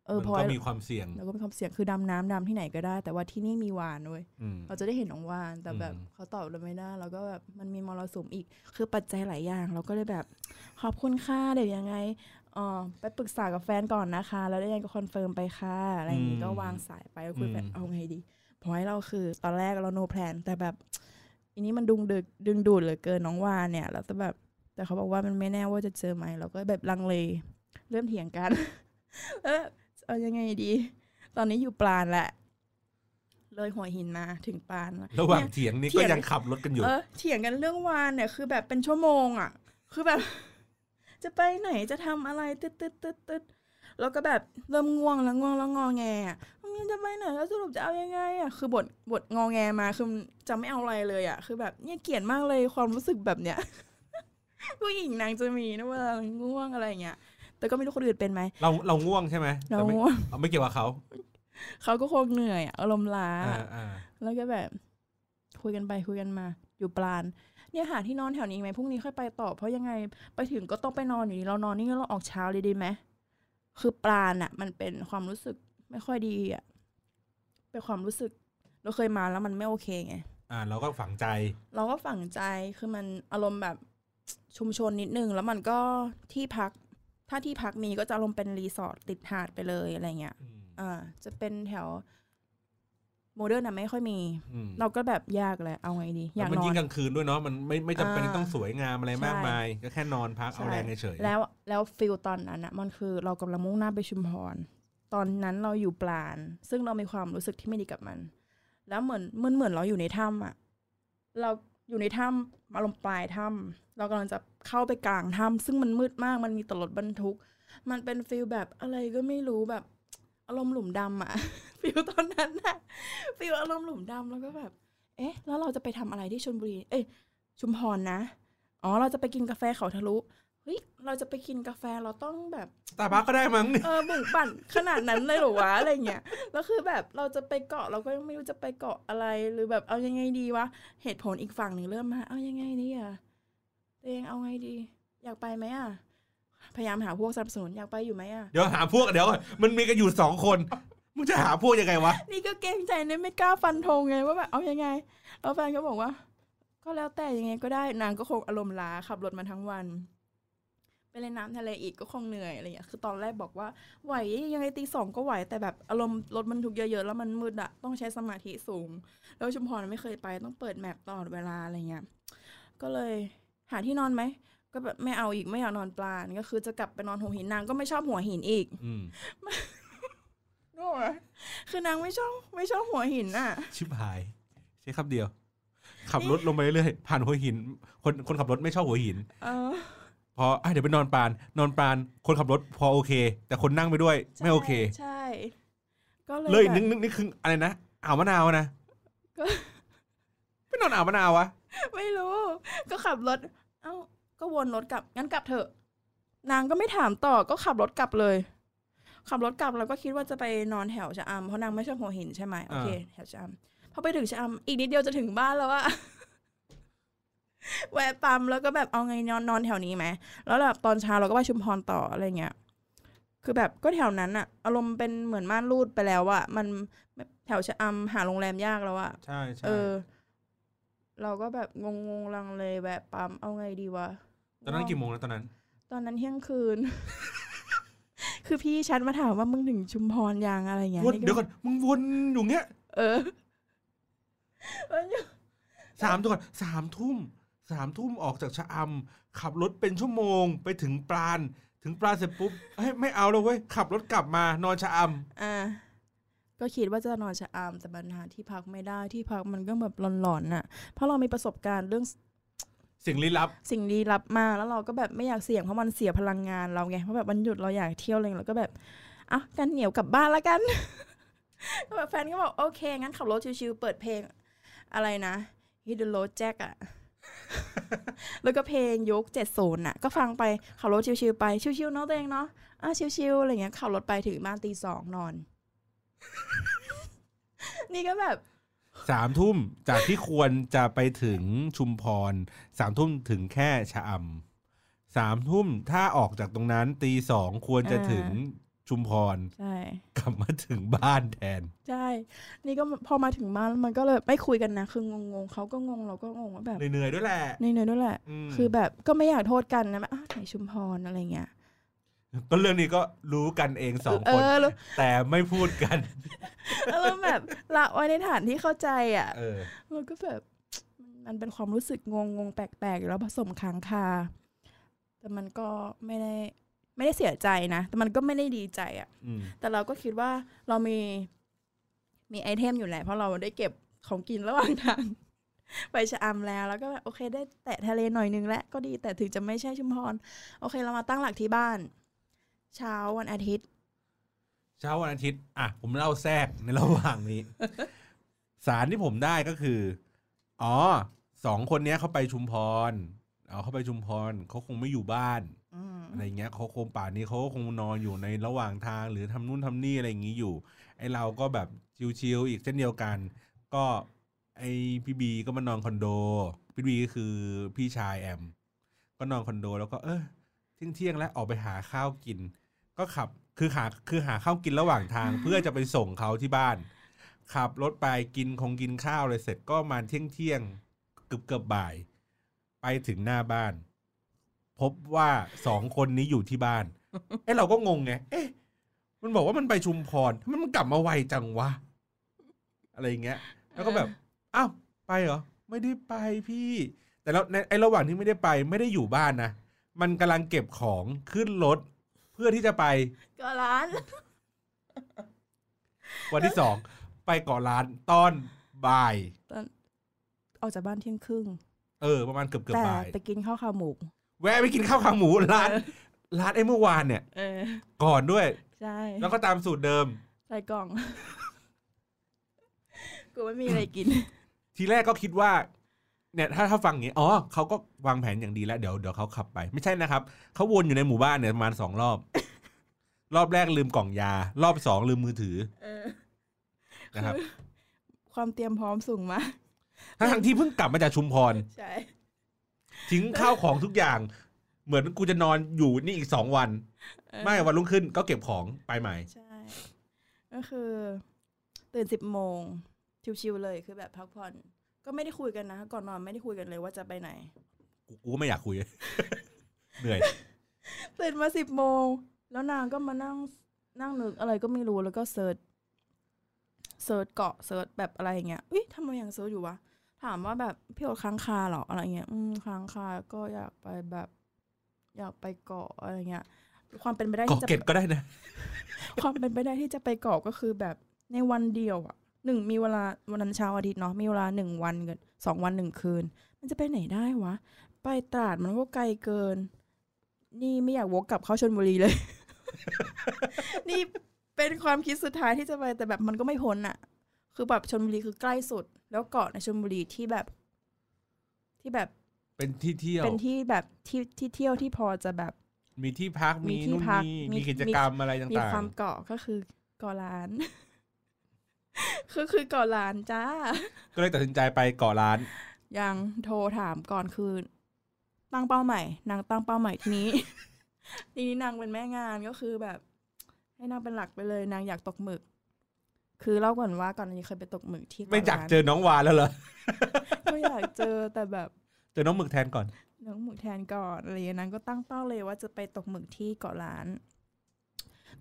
B: เออ
A: มัน
B: พอ
A: ก็มีความเสี่ยง
B: เราก็มีความเสี่ยงคือดำน้ำดำที่ไหนก็ได้ แต่ว่าที่นี่มีวานเว้ย
A: อืม
B: เราจะได้เห็นของวานแต่แบบ
A: อืม
B: เขาตอบเราไม่ได้เราก็แบบมันมีมรสุมอีก คือปัจจัยหลายอย่าง เราก็เลยแบบ ขอบคุณค่ะเดี๋ยวยังไงเอ่อไปปรึกษากับแฟนก่อนนะคะ แล้วได้ยังไงก็คอนเฟิร์มไปค่ะอะไรอย่างงี้
A: อืม
B: ก็วางสายไปแล้วคุยแบบ
A: อืม
B: เอาไงดีพอยเราคือ ตอนแรกเราโนแพลนแต่แบบอันนี้มันดึงดึกดึงดูดเหลือเกินน้องวานเนี่ยแล้วแต่แบบ แต่เขาบอกว่ามันไม่แน่ว่าจะเจอไหมเราก็แบบลังเลเริ่มเถียงกัน เออเอายังไงดี ตอนนี้อยู่ปลานแหละ เลยหัวหินมาถึงปลานแล้ว
A: ระหว่าง
B: เนี่ย
A: เถียงนี่
B: เถี
A: ก็
B: ยง
A: ยังขับรถกันอยู่
B: เออเถียงกันเรื่องวานเนี่ยคือแบบเป็นชั่วโมงอ่ะ คือแบบ จะไปไหนจะทำอะไรตึ๊ดตึ๊ดตึ๊ดตึ๊ดแล้วก็แบบเริ่มง่วงแล้วง่วงแล้วงอแงอ่ะมันจะไปไหนแล้วสรุปจะเอายังไงอ่ะคือบทบทงอแงมาคือจะไม่เอาอะไรเลยอ่ะคือแบบเนี่ยเกลียดมากเลยความรู้สึกแบบเนี้ย ผู้หญิงนางจะมีนะเวลาง่วงอะไรอย่างเงี้ยแต่ก็ไม่รู้คนอื่นเป็นไหม
A: เราเราง่วงใช่ไหม
B: เรา
A: แต่ไม่
B: ง่วง
A: เอาไม่เกี่ยวกับเขา
B: เขาก็คงเหนื่อยอะอารมณ์ล้า
A: อ่าอ่า
B: แล้วก็แบบคุยกันไปคุยกันมา อยู่ปลาน เนี่ยหาที่นอนแถวนี้ไหมพรุ่งนี้ค่อยไปต่อ เพราะยังไงไปถึงก็ต้องไปนอนอยู่ดีเรานอนนี่งั้นเราออกเช้าเลยดีไหมคือปลานอะมันเป็นความรู้สึกไม่ค่อยดีอะเป็นความรู้สึก เราเคยมาแล้วมันไม่โอเคไง
A: อ่า เราก็ฝังใจ
B: เราก็ฝังใจคือมันอารมณ์แบบชุมชนนิดนึง แล้วมันก็ที่พัก ถ้าที่พักมีก็จะอารมณ์เป็นรีสอร์ทติดหาดไปเลยอะไรเงี้ย
A: อืม
B: อ่าจะเป็นแถวโมเดิร์นอะไม่ค่อยมี
A: อืม
B: เราก็แบบยากแหละเอาไงดี อ
A: แล้ว
B: ยาก
A: มัน
B: นอ
A: ยิ่
B: น
A: งกลางคืนด้วยเนาะมันไม่ไม่จำเป็น
B: อ่า
A: ต้องสวยงามอะไรมาก
B: ใช่
A: มาย ก็แค่นอนพักเอา
B: ใช่
A: แรงเฉยๆ
B: แล้วแล้วฟิลตอนนั้นอะมันคือเรากำลังมุ่งหน้าไปชุมพร ตอนนั้นเราอยู่ปลาน ซึ่งเรามีความรู้สึกที่ไม่ดีกับมัน แล้วเหมือนมันเหมือนเราอยู่ในถ้ำอะเราอยู่ในถ้ำอารมณ์ปลายถ้ำเรากำลังจะเข้าไปกลางถ้ำซึ่งมันมืดมากมันมีแตลดบรรทุก มันเป็นฟิลแบบอะไรก็ไม่รู้แบบอารมณ์หลุมดำอะ ฟิลตอนนั้นอะฟิลอารมณ์หลุมดำแล้วก็แบบ เอ๊ะ แล้วเราจะไปทำอะไรที่ชลบุรี เอ้ยชุมพรนะอ๋อเราจะไปกินกาแฟเขาทะลุ เฮ้ยเราจะไปกินกาแฟเราต้องแบบ
A: ตาพักก็ได้มั้ง
B: เออบุกบั่นขนาดนั้นเลยเหรอวะอะไรเงี้ยแล้วคือแบบเราจะไปเกาะเราก็ยังไม่รู้จะไปเกาะอะไรหรือแบบเอายังไงดีวะเหตุผลอีกฝั่งหนึ่งเริ่มมา เอายังไงดีอ่ะตัวเองเอาไงดี อยากไปไหมอ่ะพยายามหาพวกสนับสนุนอยากไปอยู่ไหมอ่ะ
A: เดี๋ยวหาพวกเดี๋ยวก่อนมันมีกันอยู่สองคน มึงจะหาพวกยังไงวะ
B: นี่ก็เกรงใจนะไม่กล้าฟันธงไงว่าแบบเอายังไงแล้วแฟนก็บอกว่า ก็แล้วแต่ยังไงก็ได้นางก็คงอารมณ์ล้าขับรถมาทั้งวัน ไปเล่นน้ำทะเลอีกก็คงเหนื่อยอะไรเงี้ย คือตอนแรกบอกว่าไหวยังไงตีสองก็ไหว แต่แบบอารมณ์รถบรรทุกเยอะๆ แล้วมันมืดอะต้องใช้สมาธิสูง แล้วชุมพรไม่เคยไปต้องเปิดแมปตลอดเวลาอะไรเงี้ย ก็เลยหาที่นอนไหม ก็แบบไม่เอาอีกไม่อยากนอนปลานก็คือจะกลับไปนอนหัวหินนางก็ไม่ชอบหัวหินอีก
A: อืม
B: รู้ไหมคือนางไม่ชอบไม่ชอบหัวหินอะ
A: ชิบหาย ใช้คำเดียว ขับรถลงไปเรื่อยๆผ่านหัวหิน คนคนขับรถไม่ชอบหัวหิน
B: เออ
A: พออ่ะเดี๋ยวไปนอนปาน นอนปาน คนขับรถพอโอเค แต่คนนั่งไปด้วย ไม่โอเค
B: ใช่ ก็เลย
A: เลย
B: แบบ
A: นึกนึกนึกคืออะไรนะอ่าวมะนาวนะ
B: ก็
A: ไปนอนอ่าวมะนาววะ
B: ไม่รู้ ก็ขับรถ เอ้า ก็วนรถกลับ งั้นกลับเถอะ นางก็ไม่ถามต่อ ก็ขับรถกลับเลย ขับรถกลับเราก็คิดว่าจะไปนอนแถวชะอำเพราะนางไม่ชอบหัวหินใช่ไหมโอเคแถวชะอำพอไปถึงชะอำอีกนิดเดียวจะถึงบ้านแล้วอะ แวะปั๊มแล้วก็แบบเอาไงนอนนอนแถวนี้ไหมแล้วแบบตอนเช้าเราก็ไปชุมพรต่ออะไรเงี้ยคือแบบก็แถวนั้นอะอารมณ์เป็นเหมือนม่านรูดไปแล้วอะมันแถวชะอำหาโรงแรมยากแล้วอะ
A: ใช่ใช่
B: เออ เราก็แบบงงงๆลังเลแบบปั๊มเอาไงดีวะ
A: ตอนนั้น
B: ว่า
A: กี่โมงแล้วตอนนั้น
B: ตอนนั้นเที่ยงคืน คือพี่ชัดมาถามว่ามึงถึงชุมพรยังอะไรเงี้ย
A: วน
B: นี่
A: เดี๋ยวก่อนมึงวนอยู่เงี้ย
B: เออ เออ
A: สามเดี๋ยวก่อนสามทุ่มสามทุ่มออกจากชะอำขับรถเป็นชั่วโมงไปถึงปราณถึงปราณเสร็จปุ๊บเฮ้ยไม่เอาแล้วเว้ยขับรถกลับมานอนชะอำ
B: อ่ะก็คิดว่าจะนอนชะอามแต่ปัญหาที่พักไม่ได้ที่พักมันก็แบบหลอนๆน่ะ เพราะเรามีประสบการณ์เรื่อง
A: สิ่งลี้ลับ
B: สิ่งลี้ลับมาแล้วเราก็แบบไม่อยากเสี่ยงเพราะมันเสียพลังงานเราไงเพราะแบบวันหยุดเราอยากเที่ยวอะไรเงี้ยเราก็แบบอ่ะกันเหนียวกลับบ้านละกัน ก็แบบแฟนก็บอกโอเค งั้นขับรถชิวๆเปิดเพลงอะไรนะ Hit the Road Jack อะ แล้วก็เพลงยุคเจ็ดศูนย์อะก็ฟังไปขับรถชิวๆไปชิวๆเนาะตัวเองเนาะอ่ะชิวๆอะไรเงี้ยขับรถไปถึงบ้านตีสองนอน นี่ก็แบบ
A: สามทุ่มจากที่ควรจะไปถึงชุมพรสามทุ่มถึงแค่ชะอำสามทุ่มถ้าออกจากตรงนั้นตีสองควรจะถึงชุมพร
B: ใช่
A: กลับมาถึงบ้านแทน
B: ใช่ นี่ก็พอมาถึงบ้านมันก็เลยไม่คุยกันนะ คืองงๆเขาก็งงเราก็งงว่าแบบ
A: เหนื่อยๆด้วยแหละ
B: ในเนยด้วยแหละ
A: ม
B: คือแบบก็ไม่อยากโทษกันนะแบบอ้าวไหนชุมพรอะไรเงี้ย
A: ก็เรื่องนี้ก็รู้กันเองสอง
B: เอ
A: คน
B: อแล้ว
A: แต่ไม่พูดกัน
B: แล้วเราแบบละไว้ในฐานที่เข้าใจอ่ะ
A: เออ
B: เราก็แบบ มันเป็นความรู้สึกงงงงๆแปลกๆอยู่แล้วผสมค้างคา แต่มันก็ไม่ได้ไม่ได้เสียใจนะ แต่มันก็ไม่ได้ดีใจอะ่ะ
A: อืม
B: แต่เราก็คิดว่าเรามีมีไอเทมอยู่แหละเพราะเราได้เก็บของกินระหว่างทาง ไปชะอำแล้วแล้วก็แบบโอเค ได้แตะทะเลหน่อยนึงแล้วก็ดีแต่ถึงจะไม่ใช่ชุมพร โอเคเรามาตั้งหลักที่บ้าน เช้าวันอาทิตย์
A: เช้าวันอาทิตย์ อ่ะ ผมเล่าแทรกในระหว่างนี้ สารที่ผมได้ก็คือ อ๋อ สองคนเนี้ยเขาไปชุมพรเอาเขาไปชุมพรเขาคงไม่อยู่บ้าน
B: อืม
A: อะไรเงี้ยเขาคงป่านนี้เขาก็คงนอนอยู่ในระหว่างทางหรือทำนู่นทำนี่อะไรอย่างงี้อยู่ ไอเราก็แบบชิวๆอีกเช่นเดียวกัน ก็ไอพี่บีก็มานอนคอนโด พี่บีก็คือพี่ชายแอม ก็นอนคอนโดแล้วก็เออเที่ยงเที่ยงๆแล้วออกไปหาข้าวกิน ก็ขับคือหาคือหาข้าวกินระหว่างทาง เพื่อจะไปส่งเขาที่บ้าน ขับรถไปกินคงกินข้าวเลยเสร็จก็ประมาณเที่ยงเที่ยงเกือบเกือบๆบ่าย ไปถึงหน้าบ้าน พบว่าสองคนนี้อยู่ที่บ้าน เอ้เราก็งงไง เอ๊ะ มันบอกว่ามันไปชุมพรทำไมมันกลับมาไวจังวะ อะไรอย่างเงี้ย แล้วก็แบบ อ้าว ไปเหรอ ไม่ได้ไปพี่ แต่แล้วในไอ้ระหว่างที่ไม่ได้ไปไม่ได้อยู่บ้านนะ มันกำลังเก็บของขึ้นรถ เพื่อที่จะไป
B: ก็ร้าน
A: วันที่สอง ไปเกาะล้านตอนบ่าย
B: ออกจากบ้านเที่ยงครึ่ง
A: เออ ประมาณเกือบเกือบ
B: แต่
A: บ่าย
B: ไปกินข้าวขาหมู
A: แวะไปกินข้าวขาหมูร้าน ร้านไอ้เมื่อวานเนี่ย
B: เออ
A: ก่อนด้วย
B: ใช่
A: แล้วก็ตามสูตรเดิม
B: ใส่กล่อง กูไม่มีอะไร กิน
A: ทีแรกก็คิดว่า เนี่ยถ้าถ้าฟังอย่างนี้อ๋อเขาก็วางแผนอย่างดีแล้ว เดี๋ยวเดี๋ยวเขาขับไป ไม่ใช่นะครับเขาวนอยู่ในหมู่บ้านเนี่ยประมาณสองรอบ รอบแรกลืมกล่องยา รอบสองลืมมือถือ
B: เออ
A: นะครับ
B: ความเตรียมพร้อมสูงมาก
A: ทั้งทั้งที่เพิ่งกลับมาจากชุมพร
B: ใช่
A: ทิ้งข้าวของทุกอย่าง เหมือนกูจะนอนอยู่นี่อีกสองวัน
B: เออ
A: ไม่วันรุ่งขึ้นก็เก็บของไปใหม่
B: ใช่ ก็คือ ตื่นสิบโมง ชิวๆเลยคือแบบพักผ่อน ก็ไม่ได้คุยกันนะ ก่อนนอนไม่ได้คุยกันเลยว่าจะไปไหน
A: กูกูก็ไม่อยากคุย เหนื่อย
B: ตื่นมาสิบโมง แล้วนางก็มานั่งนั่งนึกอะไรก็ไม่รู้แล้วก็เสิร์ชเสิร์ชเกาะเสิร์ชแบบอะไรอย่างเงี้ยอุ้ยทำไมยังเสิร์ชอยู่วะ ถามว่าแบบพี่โอ๊ตค้างคาเหรออะไรเงี้ยอืมค้างคาก็อยากไปแบบ อยากไปเกาะอะไรเงี้ย ความเป็นไปได้
A: ก็
B: ที่จะ
A: เก็บก็ได้นะ
B: ความเป็นไปได้ที่จะไปเกาะก็คือแบบในวันเดียวอะหนึ่งมีเวลาวันนั้นเช้าอาทิตย์เนาะมีเวลาหนึ่งวันกันสองวันหนึ่งคืน มันจะไปไหนได้วะ ไปตราดมันก็ไกลเกิน นี่ไม่อยากวกกลับเข้าชนบุรีเลย นี่เป็นความคิดสุดท้ายที่จะไปแต่แบบมันก็ไม่พ้นอะคือแบบชนบุรีคือใกล้สุด แล้วเกาะในชนบุรีที่แบบ ที่แบบ
A: เป็นที่เที่ยว
B: เป็นที่แบบที่ที่เที่ยวที่พอจะแบบ
A: มีที่พักมี
B: มีที่
A: นู่น
B: พัก
A: นี่
B: มี
A: มีกิจกรรมอะไร
B: มี
A: ต่าง
B: ความเกาะก็คือเกาะล้าน ก็คือเกาะล้านจ้า
A: ๆ ก็เลยตัดสินใจไปเกาะร้าน
B: ยังโทรถามก่อนคือ ตั้งเป้าใหม่นางตั้งเป้าใหม่ทีนี้ ทีนี้นางเป็นแม่งานก็คือแบบ ให้นางเป็นหลักไปเลย นางอยากตกหมึก คือเล่าก่อนว่าก่อนอันนี้เคยไปตกหมึกที่
A: ไม่อยาก
B: ร้น
A: เจอน้องวานแล้วเหรอ
B: ก็อยากเจอแต่แบบ
A: เจอน้องหมึกแทนก่อน
B: น้องหมึกแทนก่อนอะไรอย่างนั้นก็ตั้งเป้าเลยว่าจะไปตกหมึกที่เกาะล้าน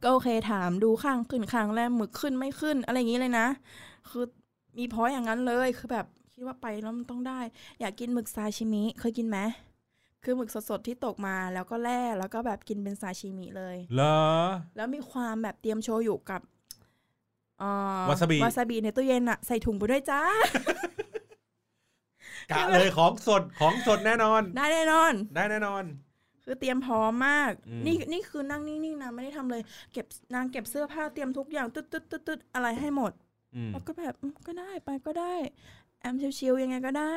B: ก็โอเคถามดูข้างขึ้นข้างแรมหมึกขึ้นไม่ขึ้น อะไรอย่างนี้เลยนะ คือมีพออย่างนั้นเลยคือแบบคิดว่าไปแล้วมันต้องได้ อยากกินหมึกซาชิมิ เคยกินไหมคือหมึกสดๆที่ตกมาแล้วก็แล่แล้วก็แบบกินเป็นซาชิมิเลย
A: เหรอ
B: แล้วมีความแบบเตรียมโชยุกับเอ่อ
A: วาซาบิ
B: วาซาบิในตู้เย็นอะใส่ถุงไปด้วยจ้า
A: กะเลยของสดของสดแน่นอน
B: ได้แน่นอน
A: ได้แน่นอน
B: คือเตรียมพร้อมมาก
A: อืม
B: นี่นี่คือนั่งนิ่งๆนะไม่ได้ทำเลย เก็บนางเก็บเสื้อผ้าเตรียมทุกอย่างตึ๊ดตึ๊ดตึ๊ดตึ๊ดอะไรให้หมด
A: อืม
B: แล้วก็แบบอืมก็ได้ไปก็ได้แอมชิวๆยังไงก็ได้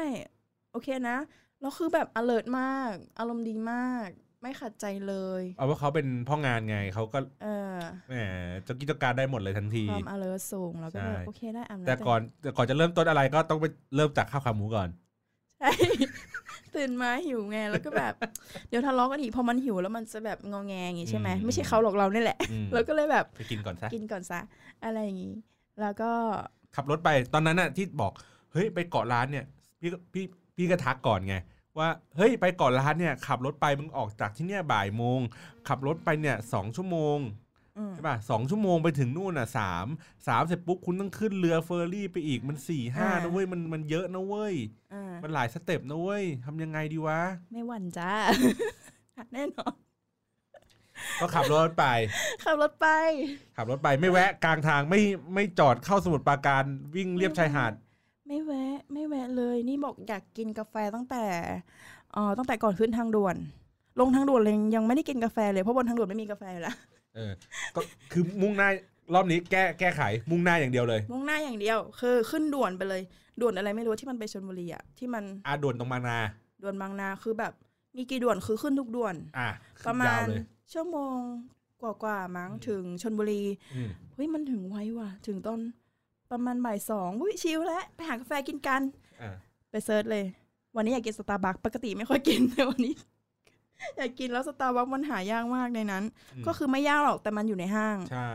B: โอเคนะแล้วคือแบบ alert มาก อารมณ์ดีมาก ไม่ขัดใจเลย
A: เอาว่าเขาเป็นพ่องานไงเขาก็
B: เออ
A: แหมเจ้ากิจการได้หมดเลยทันที
B: ความ alert สูงแล้วก็แบบ
A: ใช่
B: โอเคได้แอม
A: แต่ก่อนแต่ก่อนจะเริ่มต้นอะไรก็ต้องไปเริ่มจากข้าวขาหมูก่อน
B: ใช่ ตื่นมาหิวไงแล้วก็แบบ เดี๋ยวทะเลาะกันอีกพอมันหิวแล้วมันจะแบบงอแงอย่างงี้ใช่ไหม
A: อืม
B: ไม่ใช่เขาหรอกเราเนี่ยแหละ
A: อืม
B: แล้วก็เลยแบบ
A: ไปกินก่อนซะ
B: กินก่อนซะอะไรอย่างงี้ แล้วก็
A: ขับรถไปตอนนั้นน่ะที่บอกเฮ้ยไปเกาะร้านเนี่ยพี่ก็พี่พี่ก็ทักก่อนไง ว่าเฮ้ยไปเกาะร้านเนี่ยขับรถไปมึงออกจากที่เนี่ยบ่ายโมง ขับรถไปเนี่ยสองชั่วโมง
B: อืม
A: ใช่ป่ะสองชั่วโมงไปถึงนู่นอ่ะสามสามเสร็จปุ๊บคุณต้องขึ้นเรือเฟอร์รี่ไปอีกมันสี่ห้า
B: อ่า
A: นะเว้ยมันมันเยอะนะเว้ย
B: อ่า
A: มันหลายสเต็ปนะเว้ยทำยังไงดีวะ
B: ไม่หวั่น จ้า แน่นอน
A: ก็ขับรถไป
B: ขับรถไป
A: ขับรถไปไม่แวะกลางทางไม่ไม่จอดเข้าสมุทรปราการวิ่งเลียบชายหาด
B: ไม่แวะไม่แวะเลยนี่บอกอยากกินกาแฟตั้งแต่เอ่อตั้งแต่ก่อนขึ้นทางด่วน ลงทางด่วนเลยยังไม่ได้กินกาแฟเลยเพราะบนทางด่วนไม่มีกาแฟอยู่แล้ว
A: เออ ก็คือมุ่งหน้ารอบนี้แก้แก้ไขมุ่งหน้าอย่างเดียวเลย
B: มุ่งหน้าอย่างเดียว คือขึ้นด่วนไปเลย ด่วนอะไรไม่รู้ที่มันไปชนบุรีอะที่มัน
A: อาด่วนตรงบางนา
B: ด่วนบางนาคือแบบ มีกี่ด่วนคือขึ้นทุกด่วน
A: อ่ะ
B: ประมาณ
A: ยาวเลย
B: ชั่วโมงกว่าๆมั้ง
A: อืม
B: ถึงชนบุรี
A: อืม
B: เฮ้ยมันถึงไวว่ะ ถึงตอนประมาณบ่ายสองอุ้ยชิลแล้วไปหากาแฟกินกัน
A: อ่ะ
B: ไปเซิร์ชเลย วันนี้อยากกินสตาร์บัคปกติไม่ค่อยกิน แต่วันนี้ อยากกินแล้วสตาร์บัคมันหายากมากในนั้น
A: อืม
B: ก็คือไม่ยากหรอกแต่มันอยู่ในห้าง
A: ใช่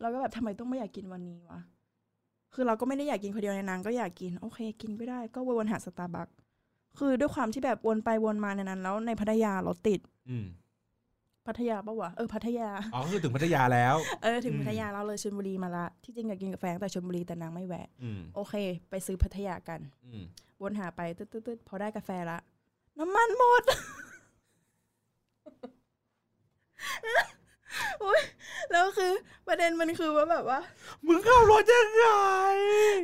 B: เราก็แบบทำไมต้องไม่อยากกินวันนี้วะคือเราก็ไม่ได้อยากกินคนเดียวในนางก็อยากกินโอเค กินก็ได้ก็วนหาสตาร์บัคคือด้วยความที่แบบวนไปวนมาในนั้น แล้วในพัทยาเราติด
A: อืม
B: พัทยาปะวะเออพัทยา
A: อ๋อก็คือถึงพัทยาแล้ว
B: เออถึง
A: อืม
B: พัทยาเราเลยชลบุรีมาละที่จริงอยากกินกาแฟตั้งแต่ชลบุรีแต่นางไม่แวะ
A: อืม
B: โอเค ไปซื้อพัทยากัน
A: อืม
B: วนหาไปตึ๊ดๆๆพอได้กาแฟละ น้ำมันหมด อุ้ยแล้วคือประเด็นมันคือว่าแบบว่า
A: มึงขับรถยังไง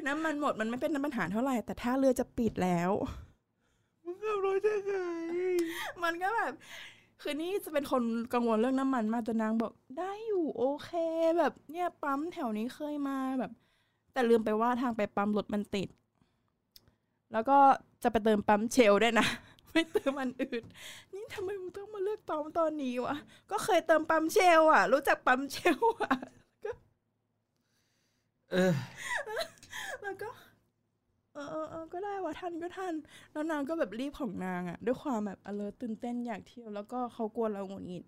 B: น้ำมันหมดมันไม่เป็นปัญหาเท่าไหร่ แต่ถ้าเรือจะปิดแล้ว
A: มึงขับรถยังไง
B: มันก็แบบ คือนี่จะเป็นคนกังวลเรื่องน้ำมันมากแต่นางบอก ได้อยู่โอเค แบบเนี่ยปั๊มแถวนี้เคยมาแบบ แต่ลืมไปว่าทางไปปั๊มรถมันติด แล้วก็จะไปเติมปั๊มเชลได้วยนะ ไม่เติมอันอื่น นี่ทำไมมึงต้องมาเลือกปั๊มตอนนี้วะก็เคยเติมปั๊มเชลอะรู้จักปั๊มเชลอะ
A: เออ
B: แล้วก็ เออเออเออก็ได้วะท่านก็ท่าน แล้วนางก็แบบรีบของนางอะด้วยความแบบ alert ตื่นเต้นอยากเที่ยวแล้วก็เขากลัวเราหงุดหงิด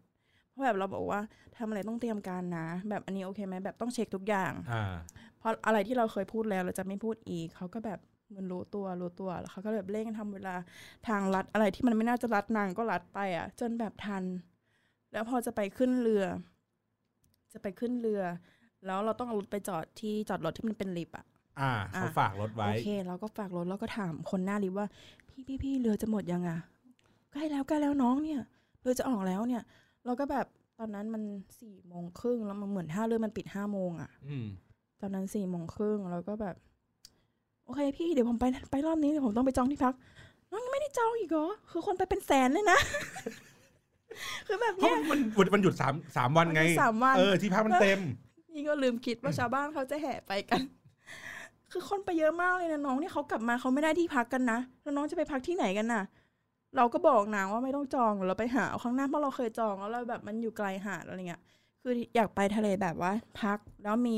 B: เพราะแบบเราบอกว่าทำอะไรต้องเตรียมการนะ แบบอันนี้โอเคไหมแบบต้องเช็คทุกอย่าง
A: อ่า
B: เพราะอะไรที่เราเคยพูดแล้วเราจะไม่พูดอีก เขาก็แบบเหมันรู้ตัวรู้ตัวแล้วเขาก็แบบเร่งทำเวลาทางลัดอะไรที่มันไม่น่าจะลัดนางก็ลัดไปอ่ะ จนแบบทัน แล้วพอจะไปขึ้นเรือ จะไปขึ้นเรือ แล้วเราต้องเอารถไปจอดที่จอดรถที่มันเป็นลิฟต์อ่ะ
A: อ่า เขาฝากรถไว้
B: โอเคเราก็ฝากรถแล้วก็ถามคนหน้าลิฟต์ว่า พี่พี่พี่เรือจะหมดยังอ่ะใกล้แล้วใกล้แล้วน้องเนี่ยเรือจะออกแล้วเนี่ย เราก็แบบตอนนั้นมันสี่โมงครึ่งแล้วมันเหมือนท่าเรือมันปิดห้าโมงอ่ะ
A: อืม
B: ตอนนั้นสี่โมงครึ่งแล้วก็แบบ โอเคพี่เดี๋ยวผมไปไปรอบนี้เดี๋ยวผมต้องไปจองที่พักน้องยังไม่ได้จองอีกเหรอคือคนไปเป็นแสนเลยนะ คือแบบ
A: เพราะ
B: เนี้ย
A: มันมันมันหยุดสามสามวันไง
B: มันหยุดสามวัน
A: เออ ที่พักมันเต็ม
B: นี่ก็ลืมคิดว่าชาวบ้านเขาจะแห่ไปกัน คือคนไปเยอะมากเลยนะน้องเนี่ยเขากลับมาเขาไม่ได้ที่พักกันนะแล้วน้องจะไปพักที่ไหนกันน่ะ เราก็บอกนางว่าไม่ต้องจองเราไปหาเอาข้างหน้าเพราะเราเคยจองแล้วเราแบบมันอยู่ไกลหาดอะไรเงี้ย คืออยากไปทะเลแบบว่า พักแล้วมี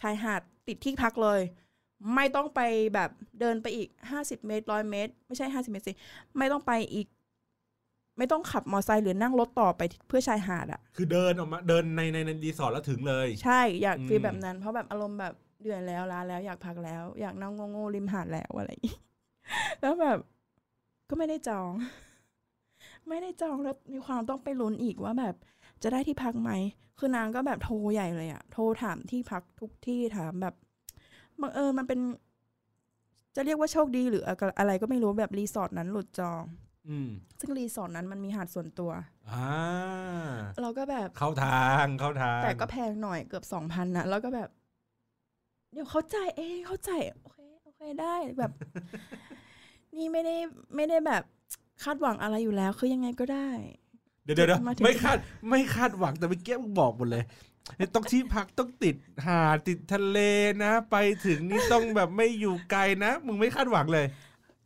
B: ชายหาดติดที่พักเลย ไม่ต้องไปแบบเดินไปอีกห้าสิบเมตรร้อยเมตร ไม่ใช่ห้าสิบเมตรสิไม่ต้องไปอีก ไม่ต้องขับมอเตอร์ไซค์หรือนั่งรถต่อไปเพื่อชายหาดอะ
A: คือเดินออกมาเดินในในในรีสอร์ทแล้วถึงเลย
B: ใช่อยาก
A: อืม
B: ฟีลแบบนั้นเพราะแบบอารมณ์แบบเดือนแล้วลาแล้วอยากพักแล้ว อยากนั่งโง่ๆริมหาดแล้วอะไรอย่างงี้ แล้วแบบ ก็ไม่ได้จอง ไม่ได้จองแล้วมีความต้องไปลุ้นอีกว่าแบบ จะได้ที่พักไหมคือนางก็แบบโทรใหญ่เลยอะโทรถามที่พักทุกที่ถามแบบบังเอิญมันเป็น จะเรียกว่าโชคดีหรืออะไรก็ไม่รู้แบบรีสอร์ทนั้นหลุดจอง
A: อืม
B: ซึ่งรีสอร์ทนั้นมันมีหาดส่วนตัว
A: อ่า
B: เราก็แบบ
A: เข้าทางเข้าทาง
B: แต่ก็แพงหน่อยเกือบสองพันนะแล้วก็แบบ เดี๋ยวเข้าใจายเองเข้าใจายโอเคโอเคได้แบบ นี่ไม่ได้ไม่ได้แบบคาดหวังอะไรอยู่แล้ว คือยังไงก็ได้
A: เดี๋ยวเดี๋ยวเดี๋ยว
B: มาถึง
A: ไม่คาดไม่คาดหวังแต่เมื่อกี้มึงบอกหมดเลยต้องที่พักต้องติดหาดติดทะเลนะ ไปถึงนี่ต้องแบบไม่อยู่ไกลนะมึงไม่คาดหวังเลย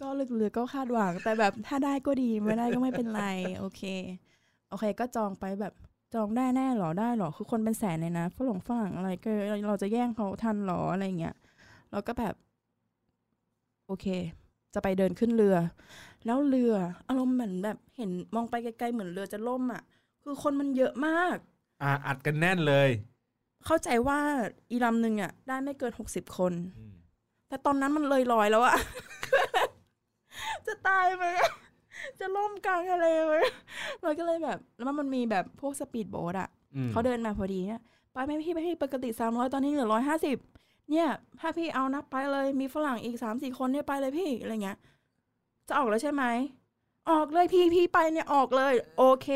B: ก็ลึกๆก็คาดหวัง แต่แบบถ้าได้ก็ดีไม่ได้ก็ไม่เป็นไร โอเค โอเค ก็จองไปแบบจองได้แน่เหรอได้เหรอคือคนเป็นแสนเลยนะฝรั่งฝรั่งอะไรก็เราจะแย่งเขาทันเหรออะไรอย่างเงี้ยเราก็แบบ โอเค จะไปเดินขึ้นเรือ แล้วเรืออารมณ์เหมือนแบบเห็นมองไปไกลๆเหมือนเรือจะล่มอ่ะ คือคนมันเยอะมาก
A: อ่าอัดกันแน่นเลย
B: เข้าใจว่าอีลำหนึ่งอ่ะ ได้ไม่เกินหกสิบคน แต่ตอนนั้นมันเลยลอยแล้วอะ จะตายไหมอะจะล่มกลางทะเลไหมเราก็เลยแบบ แล้วมันมีแบบพวกสปีดโบ๊ทอะ
A: อืม
B: เขาเดินมาพอดีเนี่ยไปไหม่พี่ไปพี่ปกติสามร้อยตอนนี้เหลือร้อยห้าสิบเนี่ย ถ้าพี่เอานับไปเลย มีฝรั่งอีกสามสี่คนเนี่ยไปเลยพี่อะไรเงี้ย จะออกแล้วใช่ไหม ออกเลยพี่พี่ไปเนี่ยออกเลย โอเค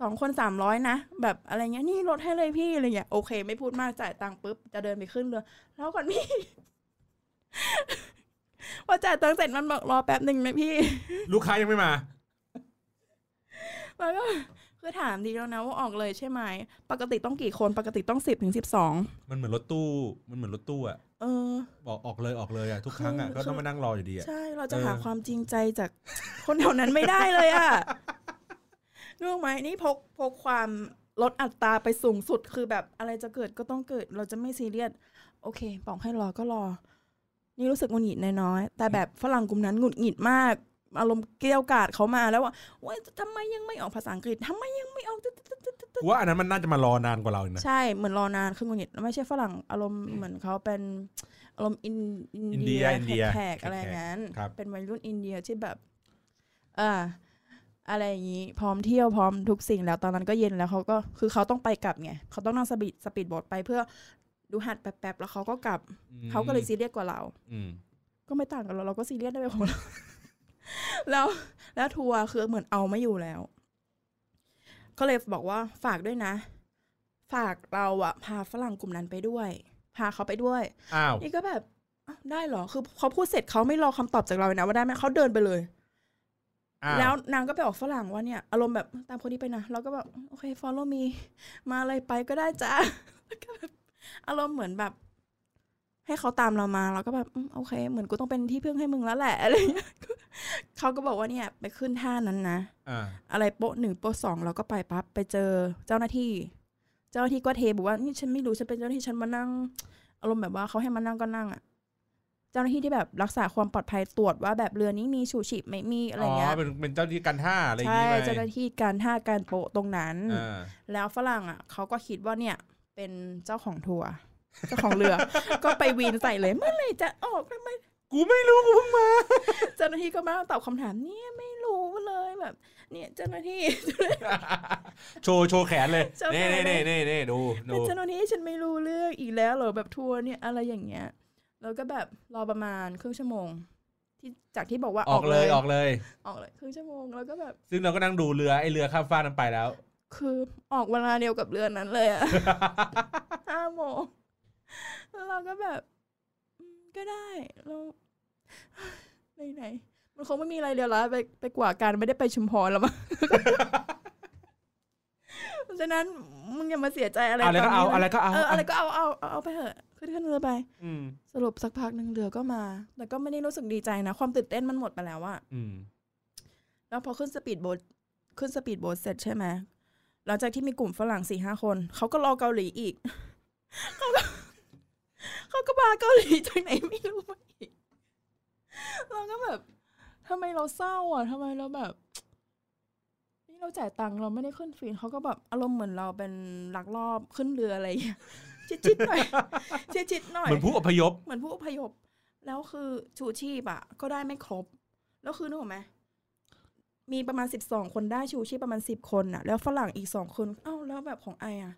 B: สองคนสามร้อยนะแบบอะไรเงี้ยนี่ลดให้เลยพี่อะไรเงี้ยโอเค ไม่พูดมากจ่ายตังค์ปุ๊บจะเดินไปขึ้นเรือแล้วก่อนพี่ พอจ่ายตังค์เสร็จมันบอกรอแป๊บหนึ่งนะพี่
A: ลูกค้ายังไม่มา
B: มันก็คือถามดีแล้วนะว่าออกเลยใช่ไหมปกติต้องกี่คนปกติต้องสิบถึงสิบสอง
A: มันเหมือนรถตู้ มันเหมือนรถตู้อะ
B: เออ
A: บอกออกเลยออกเลยอะทุกครั้งอะ
B: คือ
A: ก็ต้องมานั่งรออยู่ดีอะ
B: ใช่เราจะ
A: เออ
B: หาความจริงใจจาก คนแถวนั้นไม่ได้เลยอะรู้ไหมนี่พกพกความลดอัตราไปสูงสุดคือแบบอะไรจะเกิดก็ต้องเกิด เราจะไม่ซีเรียสโอเคบอกให้รอก็รอ นี่รู้สึกหงุดหงิดน้อยๆแต่แบบฝรั่งกลุ่มนั้นหงุดหงิดมาก อารมณ์เกลี้ยวกราดเขามาแล้วว่าโอ๊ยทำไมยังไม่ออกภาษาอังกฤษทำไมยังไม่ออก
A: กูว่าอันนั้นมันน่าจะมารอนานกว่าเราอีกนะ
B: ใช่ เหมือนรอนานคือหงุดหงิดไม่ใช่ฝรั่งอารมณ์เหมือนเขาเป็นอารมณ์อิน
A: อินเดียอินเดีย
B: แขก
A: แขก
B: ๆอะไรอย่างนั้น
A: ครับ
B: เป็นวัยรุ่นอินเดียที่แบบ อ่า อะไรอย่างนี้ พร้อมเที่ยวพร้อมทุกสิ่งแล้วตอนนั้นก็เย็นแล้วเขาก็คือเขาต้องไปกลับไงเขาต้องนั่งสปีดสปีดโบ๊ทไปเพื่อดูหัดแป๊บๆแล้วเขาก็กลับ
A: อืม
B: เขาก็เลยซีเรียสกว่าเรา
A: อืม
B: ก็ไม่ต่างกันเราเราก็ซีเรียสได้ไป ของเรา แล้วแล้วทัวร์คือเหมือนเอาไม่อยู่แล้ว ก็เลยบอกว่าฝากด้วยนะ ฝากเราอะพาฝรั่งกลุ่มนั้นไปด้วย พาเขาไปด้วย
A: อ้าว
B: นี่ก็แบบอ้าวได้เหรอคือเขาพูดเสร็จเขาไม่รอคำตอบจากเราเลยนะว่าได้ไหมเขาเดินไปเลย
A: อ้าว
B: แล้วนางก็ไปออกฝรั่งว่าเนี่ยอารมณ์แบบตามคนนี้ไปนะเราก็แบบโอเค follow me มาอะไร ไปก็ได้จ้า แล้วก็แบบอารมณ์เหมือนแบบ ให้เขาตามเรามาเราก็แบบอืมโอเค เหมือนกูต้องเป็นที่พึ่งให้มึงแล้วแหละ อะไรเงี้ยเขาก็บอกว่าเนี่ย ไปขึ้นท่านั้นนะ
A: อ่า
B: อะไรโป๊ะหนึ่งโป๊ะสองเราก็ไปปั๊บไปเจอเจ้าหน้าที่ เจ้าหน้าที่ก็เทบอกว่านี่ฉันไม่รู้ฉันเป็นเจ้าหน้าที่ฉันมานั่ง อารมณ์แบบว่าเขาให้มานั่งก็นั่งอ่ะเจ้าหน้าที่ที่แบบรักษาความปลอดภัยตรวจว่าแบบเรือนี้มีชูชีพไหม่มีอะไร
A: อ๋อ
B: เงี้ย
A: เป็นเป็นเจ้าที่กันท่าอะไรอย่าง
B: ใช่
A: งี้ไป
B: เจ้าหน้าที่การท่าการโปะตรงนั้น
A: อ่า
B: แล้วฝรั่งอ่ะเขาก็คิดว่าเนี่ยเป็นเจ้าของทัวร์เจ้าของเรือ ก็ไปวีนใส่เลยเมื่อไหรจะออกทำไม
A: กูไม่รู้กูเพิ่งมา
B: เจ้าหน้าที่ก็มาตอบคำถามเนี่ยไม่รู้เลยแบบ เนี่ยเจ้าหน้า ที่
A: โชว์โชว์แขนเลย
B: โชว์แข
A: เน่
B: นเล
A: เน่
B: ย
A: เน่เน่เน่ดูดู
B: เป็นเจ้าหน้าที่ฉันไม่รู้เรื่องอีกแล้วเหรอแบบทัวร์เนี่ยอะไรอย่างเงี้ยแล้วก็แบบรอประมาณครึ่งชั่วโมง ที่จากที่บอกว่า
A: ออกเลยออกเลย
B: ออกเลยครึ่งชั่วโมงแล้วก็แบบ
A: ซึ่งเราก็นั่งดูเรือไอเรือข้ามฟากนั้นไปแล้ว
B: คือออกเวลาเดียวกับเรือนนั้นเลยอะ ห้าโมงแล้วเราก็แบบอืมก็ได้เรา ไหนไหนๆมันคงไม่มีอะไรเดียวละไปไปกว่าการไม่ได้ไปชุมพรแล้วมั้ง เพราะฉะนั้นมึงอย่ามาเสียใจอะไร
A: อะไร
B: ต
A: ก็
B: น
A: เอา
B: นี้
A: อะไรก็เอา
B: เอออะไรก็เอาเอาเอาเอาไปเถอะขึ้นขึ้นเรือไป
A: อืม
B: สรุปสักพักหนึ่งเรือก็มา แต่ก็ไม่ได้รู้สึกดีใจนะ ความตื่นเต้นมันหมดไปแล้วอะ
A: อืม
B: แล้วพอขึ้นสปีดโบ๊ทขึ้นสปีดโบ๊ทเสร็จใช่ไหมหลังจากที่มีกลุ่มฝรั่งสี่ห้าคนเขาก็รอเกาหลีอีก เขาก็เขาก็มาเกาหลีจากไหนไม่รู้มาอีก เราก็แบบทำไมเราเศร้าอ่ะทำไมเราแบบนี่เราจ่ายตังค์เราไม่ได้ขึ้นฟีนเขาก็แบบอารมณ์เหมือนเราเป็นลักลอบขึ้นเรืออะไรอย่างเงี้ยชิดๆหน่อย ชิดๆหน่อย
A: เหมือนผู้อพยพ
B: เหมือนผู้อพยพ แล้วคือชูชีพอะก็ได้ไม่ครบ แล้วคือนึกออกไหมมีประมาณสิบสองคนได้ชูชีพประมาณสิบคนอะแล้วฝรั่งอีกสองคนเอ้าแล้วแบบของไออะ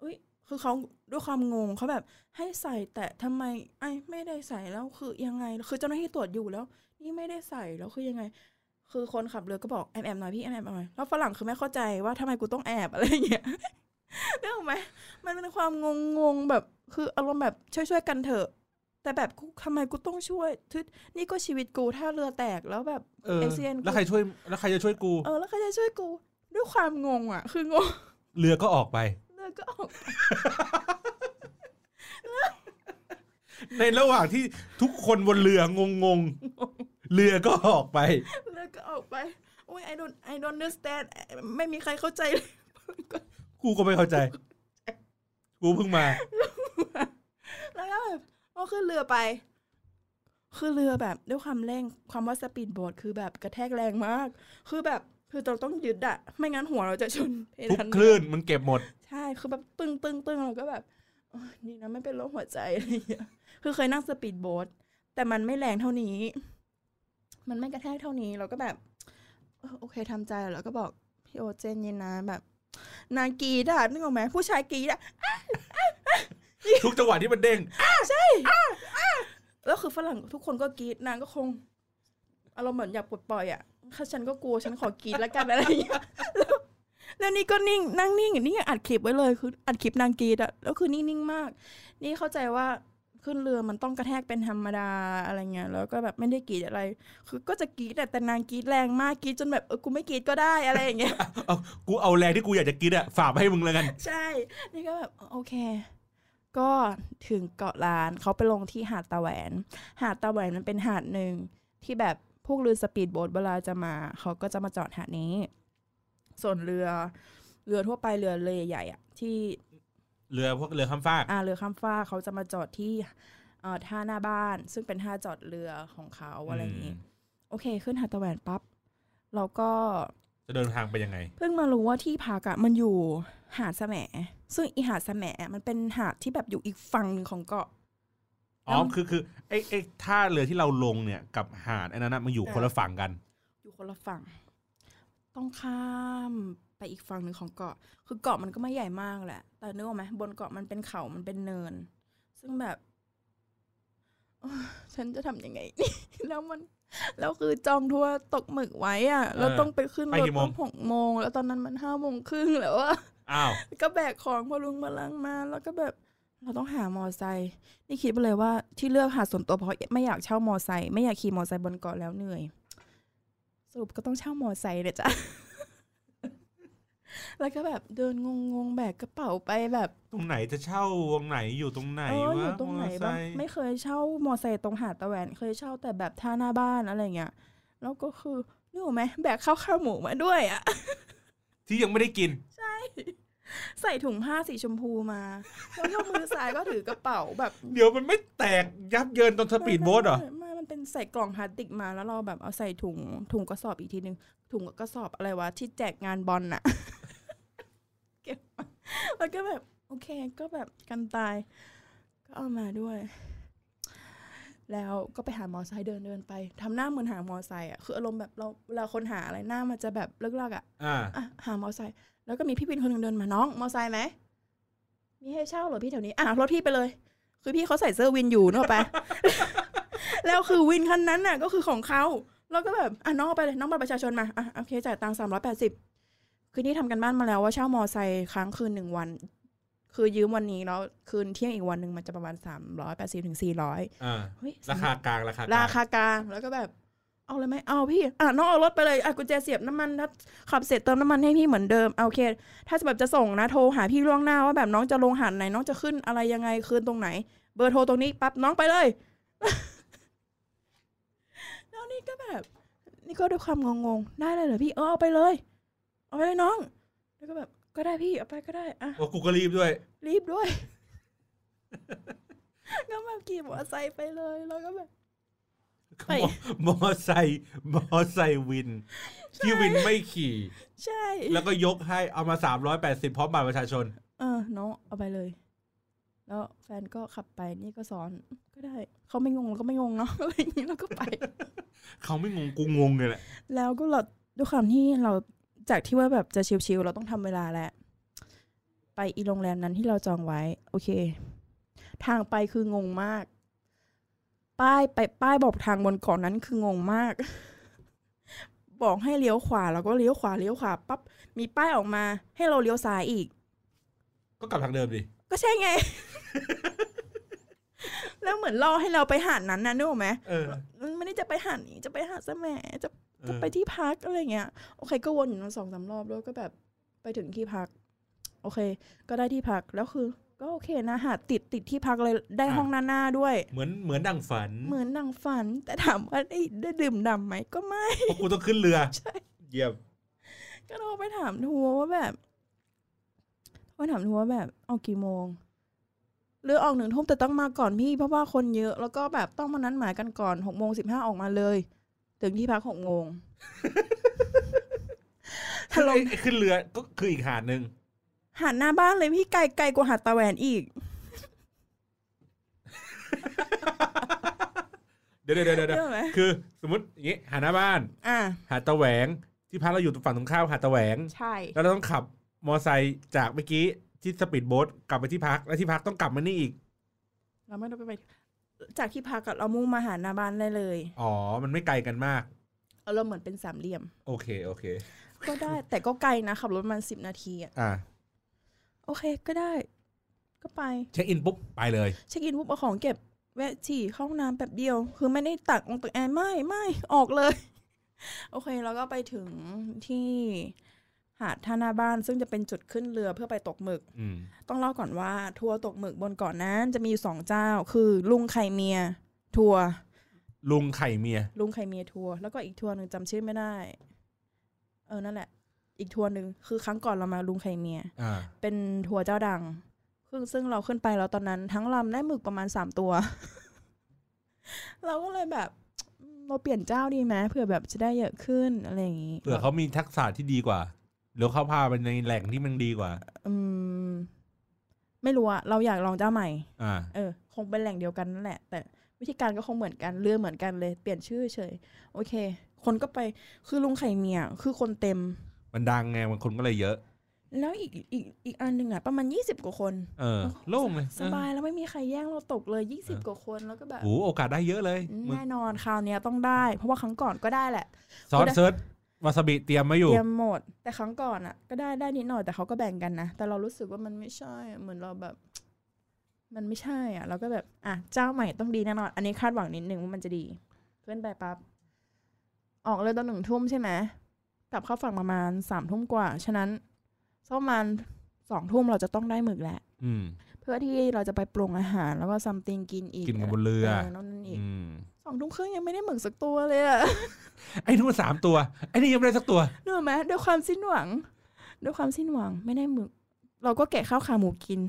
B: เอ้ย คือเขาด้วยความงงเขาแบบให้ใส่แต่ทำไมไอไม่ได้ใส่แล้วคือยังไง คือเจ้าหน้าที่ตรวจอยู่แล้ว นี่ไม่ได้ใส่แล้วคือยังไง คือคนขับเรือก็บอกแอบแอบหน่อยพี่แอบแอบหน่อยแล้วฝรั่งคือไม่เข้าใจว่าทำไมกูต้องแอบอะไร อย่างเงี้ยนึกออกไหมมันเป็นความงงงงๆแบบ คืออารมณ์แบบช่วยช่วยๆกันเถอะ แต่แบบกูทำไมกูต้องช่วยทึดนี่ก็ชีวิตกูถ้าเรือแตกแล้วแบบ
A: เออ
B: ASEAN
A: แล้วใครช่วย แล้วใครจะช่วยกู
B: เออแล้วใครจะช่วยกูด้วยความงงอ่ะ คืองง
A: เรือก็ออกไป
B: เรือก็ออก
A: ในระหว่างที่ทุกคนบนเรืองงงๆเรือก็ออกไป
B: เรือก็ออกไปโอ้ย I don't I don't understand ไม่มีใครเข้าใจเลย
A: กูก็ไม่เข้าใจ กูเพิ่งมา
B: แล้วก็แบบก็ขึ้นเรือไป คือเรือแบบด้วยความเร่งความว่าสปีดโบ๊ทคือแบบกระแทกแรงมาก คือแบบคือเราต้องยึดอะไม่งั้นหัวเราจะชนเพ
A: ทุก
B: ดาน
A: คลื่นมันเก็บหมด
B: ใช่คือแบบตึงตึงตึงเราก็แบบโอ๊ยนี่นะไม่เป็นโรคหัวใจอะไรอย่างเงี้ยคือเคยนั่งสปีดโบ๊ทแต่มันไม่แรงเท่านี้ มันไม่กระแทกเท่านี้เราก็แบบเออโอเคทำใจแล้วก็บอกพี่โอเจนเย็นนะแบบ นางกรีดอะนึกออกไหมผู้ชายกรีดอะ
A: ทุกจังหวะที่มันเด้ง
B: แล้วคือฝรั่งทุกคนก็กรีดนางก็คงอารมณ์เหมือนอยากปลดปล่อยอะถ้าฉันก็กลัวฉันขอกรีดแล้วกันอะไรอย่างเงี้ยแล้วแล้วนี่ก็นิ่งนั่งนิ่งอย่างนี้ยังอัดคลิปไว้เลยคืออัดคลิปนางกรีดอะแล้วคือนิ่งนิ่งมาก นี่เข้าใจว่าขึ้นเรือมันต้องกระแทกเป็นธรรมดาอะไรเงี้ยแล้วก็แบบไม่ได้กรีดอะไร คือก็จะกรีดแต่แต่นางกรีดแรงมากกรีดจนแบบเออกูไม่กรีดก็ได้อะไรอย่างเงี้ย
A: เอากูเอาแรงที่กูอยากจะกินอะฝากไปให้มึงแล้วกัน
B: ใช่ นี่ก็แบบโอเค ก็ถึงเกาะล้านเขาไปลงที่หาดตะแหวน หาดตะแหวนมันเป็นหาดหนึ่งที่แบบพวกเรือสปีดโบ๊ทเวลาจะมาเขาก็จะมาจอดหาดนี้ ส่วนเรือเรือทั่วไปเรือเรือใหญ่ๆอะที่
A: เรือพวกเรือข้ามฟาก
B: อาเรือข้ามฟากเขาจะมาจอดที่เอ่อท่าหน้าบ้าน ซึ่งเป็นท่าจอดเรือของเขาอะไรอย่างนี้ โอเค ขึ้นหาดตะแหวนปั๊บเราก็
A: จะเดินทางไปยังไง
B: เพิ่งมารู้ว่าที่พักอะมันอยู่หาดแสมซึ่งอีหาดแสมมันเป็นหาดที่แบบอยู่อีกฝั่งหนึ่งของเกาะ
A: อ๋อ คือคือไอ้ไอ้ท่าเรือที่เราลงเนี่ยกับหาดไอ้นั้นนะมันอยู่
B: เออ
A: คนละฝั่งกัน
B: อยู่คนละฝั่ง ต้องข้ามไปอีกฝั่งหนึ่งของเกาะ คือเกาะมันก็ไม่ใหญ่มากแหละ แต่นึกออกไหมบนเกาะมันเป็นเขามันเป็นเนิน ซึ่งแบบ โอ้ยฉันจะทำยังไง แล้วมัน แล้วคือจองทัวร์ตกหมึกไว้อ่ะ เราต้องไปขึ้น
A: ไป
B: รถ
A: กี่โมง
B: ตอนหกโมง แล้วตอนนั้นมันห้าโมงครึ่งแล้วอะ
A: อ้าว
B: ก็แบกของพลุงมาลังมา แล้วก็แบบเราต้องหามอไซค์นี่คิดไปเลยว่าที่เลือกหาดส่วนตัวเพราะไม่อยากเช่ามอไซค์ไม่อยากขี่มอไซค์บนเกาะแล้วเหนื่อย สรุปก็ต้องเช่ามอไซค์เลยจ้ะ แล้วก็แบบเดินงงๆแบกกระเป๋าไปแบบ
A: ตรงไหนจะเช่าวงไหนอยู่ตรงไหน
B: เออ
A: วะ
B: อยู่ตรงไหนบ้างไม่เคยเช่ามอไซค์ตรงหาดตะแหวน เคยเช่าแต่แบบท่าหน้าบ้านอะไรเงี้ยแล้วก็คือนึกออกไหมแบกข้าวข้าวหมูมาด้วยอะ
A: ที่ยังไม่ได้กิน
B: ใส่ถุงผ้าสีชมพูมา แล้วก็มือซ้ายก็ถือกระเป๋าแบบ
A: เดี๋ยวมันไม่แตกยับเยินตอนสปีดโบ๊ทเหรอ
B: ไม่ไม่ไม่ มันเป็นใส่กล่องพลาสติกมาแล้วเราแบบเอาใส่ถุงถุงกระสอบอีกทีหนึ่งถุงกระสอบอะไรวะที่แจกงานบอลน่ะ เก็บมาแล้วก็แบบโอเคก็แบบกันตาย ก็เอามาด้วย แล้วก็ไปหามอไซค์เดินเดินไปทำหน้าเหมือนหามอไซค์อ่ะคืออารมณ์แบบเราเวลาคนหาอะไรหน้ามันจะแบบเลิกลักอ่ะ
A: อ่า
B: อ่ะหามอไซค์แล้วก็มีพี่วินคนหนึ่งเดินมาน้องมอไซค์ไหมมีให้เช่าเหรอพี่แถวนี้อ่ะรถพี่ไปเลย คือพี่เขาใส่เสื้อวินอยู่นึกออกปะ แล้วคือวินคันนั้นน่ะ ก็คือของเขาแล้วก็แบบอ่ะน้องเอาไปเลยน้องบัตรประชาชนมาอ่ะโอเคจ่ายตังค์สามร้อยแปดสิบคือนี่ทำกันบ้านมาแล้วว่าเช่ามอไซค์ค้างคืนหนึ่งวัน คือยืมวันนี้แล้วคืนเที่ยงอีกวันหนึ่งมันจะประมาณสามร้อยแปดสิบถึงสี่ร้อย
A: อ่า
B: เฮ้ย
A: ราคากลางราคากลาง
B: ราคากลางแล้วก็แบบ เอาเลยไหมเอาพี่ อ่ะน้องเอารถไปเลยอ่ะกุญแจเสียบน้ำมันถ้าขับเสร็จเติมน้ำมันให้พี่เหมือนเดิมเอาโอเค ถ้าแบบจะส่งนะโทรหาพี่ล่วงหน้าว่าแบบน้องจะลงหันไหน น้องจะขึ้นอะไรยังไงคืนตรงไหน เบอร์โทร ตรงนี้ปั๊บน้องไปเลย แล้วนี่ก็แบบ นี่ก็ด้วยความงงๆ ได้เลยเหรอพี่เออเอาไปเลย เอาไปเลยน้อง แล้วก็แบบก็ได้พี่เอาไปก็ได้อ่ะ
A: โอ้กูก็รีบด้วย
B: รีบด้วย ก็แบบขี่มอเตอร์ไซค์ไปเลยแล้วก็แบบ ไป
A: มอไซค์มอไซค์วิน ที่วินไม่ขี่
B: ใช่
A: แล้วก็ยกให้เอามาสามร้อยแปดสิบพร้อมบัตรประชาชน
B: เออน้องเอาไปเลย แล้วแฟนก็ขับไปนี่ก็สอนก็ได้ เขาไม่งงเราก็ไม่งงเนาะ อะไรอย่างนี้เราก็ไป
A: เขาไม่งงกูงงเลยแหละ
B: แล้วก็เราด้วยความที่เราจากที่ว่าแบบจะชิวๆเราต้องทำเวลาแหละไปอีโรงแรมนั้นที่เราจองไว้ โอเค ทางไปคืองงมาก ป้ายไปป้ายบอกทางบนเกาะนั้นคืองงมาก บอกให้เลี้ยวขวาเราก็เลี้ยวขวาเลี้ยวขวาปั๊บมีป้ายออกมา ให้เราเลี้ยวซ้ายอีก
A: ก็กลับทางเดิมดิ
B: ก็ใช่ไง แล้วเหมือนล่อให้เราไปหาดนั้นนะนึกออกไหม
A: เออ
B: มันไม่ได้จะไปหาดนี้จะไปหาดแสมจะ
A: เอ
B: จะ
A: อ
B: ไปที่พักอะไรเงี้ยโอเคก็วนอยู่นั้นสองสามรอบแล้วก็แบบไปถึงที่พัก โอเค ก็ได้ที่พักแล้วคือ ก็โอเคนะหาดติดติดที่พักเลยได้ห้องหน้าหน้าด้วย
A: เหมือนเหมือนดังฝัน
B: เหมือนดังฝัน แต่ถามว่าได้ได้ดื่มดำไหมก็ไม่
A: เพราะกูต้องขึ้นเรือ
B: ใช่
A: เยี่ยม
B: ก็โทรไปถามทัวร์ว่าแบบโทรถามทัวร์ว่าแบบออกกี่โมงหรือออกหนึ่งทุ่มแต่ต้องมาก่อนพี่เพราะว่าคนเยอะ แล้วก็แบบต้องมานั้นหมายกันก่อนหกโมงสิบห้าออกมาเลย ถึงที่พักหกโมง
A: ขึ้นไอ้ไอ้ขึ้นเรือก็คืออีกหาดหนึ่ง
B: หาดหน้าบ้านเลยพี่ไกลไกลกว่าหาดตาแหวนอีก
A: เดี๋ยวเดี๋ยวเดี๋ยวเดี๋ยว
B: เยอะไหม
A: คือสมมติอย่างงี้หาดหน้าบ้าน
B: อ่า
A: หาดตะแหวง ที่พักเราอยู่ฝั่งตรงข้ามหาดตะแหวง
B: ใช่
A: แล้วเราต้องขับมอไซค์จากเมื่อกี้ที่สปีดโบ๊ทกลับไปที่พัก แล้วที่พักต้องกลับมานี่อีก
B: เราไม่ต้องไปไป จากที่พักอะเรามุ่งมาหาหน้าบ้านได้เลย
A: อ๋อ มันไม่ไกลกันมาก
B: เอาเราเหมือนเป็นสามเหลี่ยม
A: โอเค โอเค
B: ก็ได้ แต่ก็ไกลนะขับรถประมาณสิบนาทีอะ
A: อ่า
B: โอเคก็ได้ ก็ไป
A: เช็คอินปุ๊บ ไปเลย
B: เช็คอินปุ๊บเอาของเก็บแวะฉี่เข้าห้องน้ำแบบเดียว คือไม่ได้ตักองค์ตักแอนไม่ไม่ออกเลย โอเคแล้วก็ไปถึงที่หาดท่าหน้าบ้าน ซึ่งจะเป็นจุดขึ้นเรือเพื่อไปตกหมึก
A: อืม
B: ต้องเล่าก่อนว่าทัวร์ตกหมึกบนเกาะนนั้นจะมีอยู่สองเจ้า คือลุงไข่เมีย ทัวร์
A: ลุงไข่เมีย
B: ลุงไข่เมียทัวร์แล้วก็อีกทัวร์หนึ่งจำชื่อไม่ได้ เออนั่นแหละ อีกทัวร์หนึ่งคือครั้งก่อนเรามาลุงไข่เมีย
A: อ่า
B: เป็นทัวร์เจ้าดังซึ่งซึ่งเราขึ้นไปแล้วตอนนั้น ทั้งลำได้หมึกประมาณสามตัว เราก็เลยแบบอืมเราเปลี่ยนเจ้าดีไหมเผื่อแบบจะได้เยอะขึ้นอะไรอย่างนี้
A: เผื่อเขามีทักษะที่ดีกว่า หรือเขาพาไปในแหล่งที่มันดีกว่า
B: อืม ไม่รู้อะเราอยากลองเจ้าใหม่
A: อ่า
B: เออคงเป็นแหล่งเดียวกันนั่นแหละ แต่วิธีการก็คงเหมือนกันเรือเหมือนกันเลย เปลี่ยนชื่อเฉย โอเค คนก็ไปคือลุงไข่เมียคือคนเต็ม
A: มันดังไงมันคนก็เลยเยอะ
B: แล้วอีกอีกอีกอันหนึ่งอ่ะ ประมาณ 20 กว่าคน
A: เออ โล่งเลย
B: สบายแล้วไม่มีใครแย่งเราตกเลย 20 กว่าคนแล้วก็แบบ
A: โอ้โหโอกาสได้เยอะเลยมึง
B: แน่นอนคราวเนี้ยต้องได้ เพราะว่าครั้งก่อนก็ได้แหละ
A: ซอสเซิร์ชวาซาบิเตรียมมาอยู่
B: เตรียมหมด แต่ครั้งก่อนอ่ะ ก็ได้ได้นิดหน่อยแต่เขาก็แบ่งกันนะ แต่เรารู้สึกว่ามันไม่ใช่อะเหมือนเราแบบ มันไม่ใช่อ่ะ เราก็แบบ อ่ะเจ้าใหม่ต้องดีแน่นอน อันนี้คาดหวังนิดนึงว่ามันจะดีเล่นไปปั๊บออกเลยตอนหนึ่งทุ่มใช่ไหมกลับเข้าฝั่งประมาณสามทุ่มกว่า ฉะนั้นสักประมาณสองทุ่มเราจะต้องได้หมึกแหละ
A: อืม
B: เพื่อที่เราจะไปปรุงอาหาร แล้วก็ซัมติงกินอีก
A: กินกันบนเรือ
B: นั่นนั่นอีก
A: อืม
B: สองทุ่มครึ่งยังไม่ได้หมึกสักตัวเลยอ่ะ
A: ไอ้นู่นสามตัว ไอ้นี่ยังไม่ได้สักตัว
B: นึกออกไหมด้วยความสิ้นหวัง ด้วยความสิ้นหวังไม่ได้หมึก เราก็แกะข้าวขาหมูกิน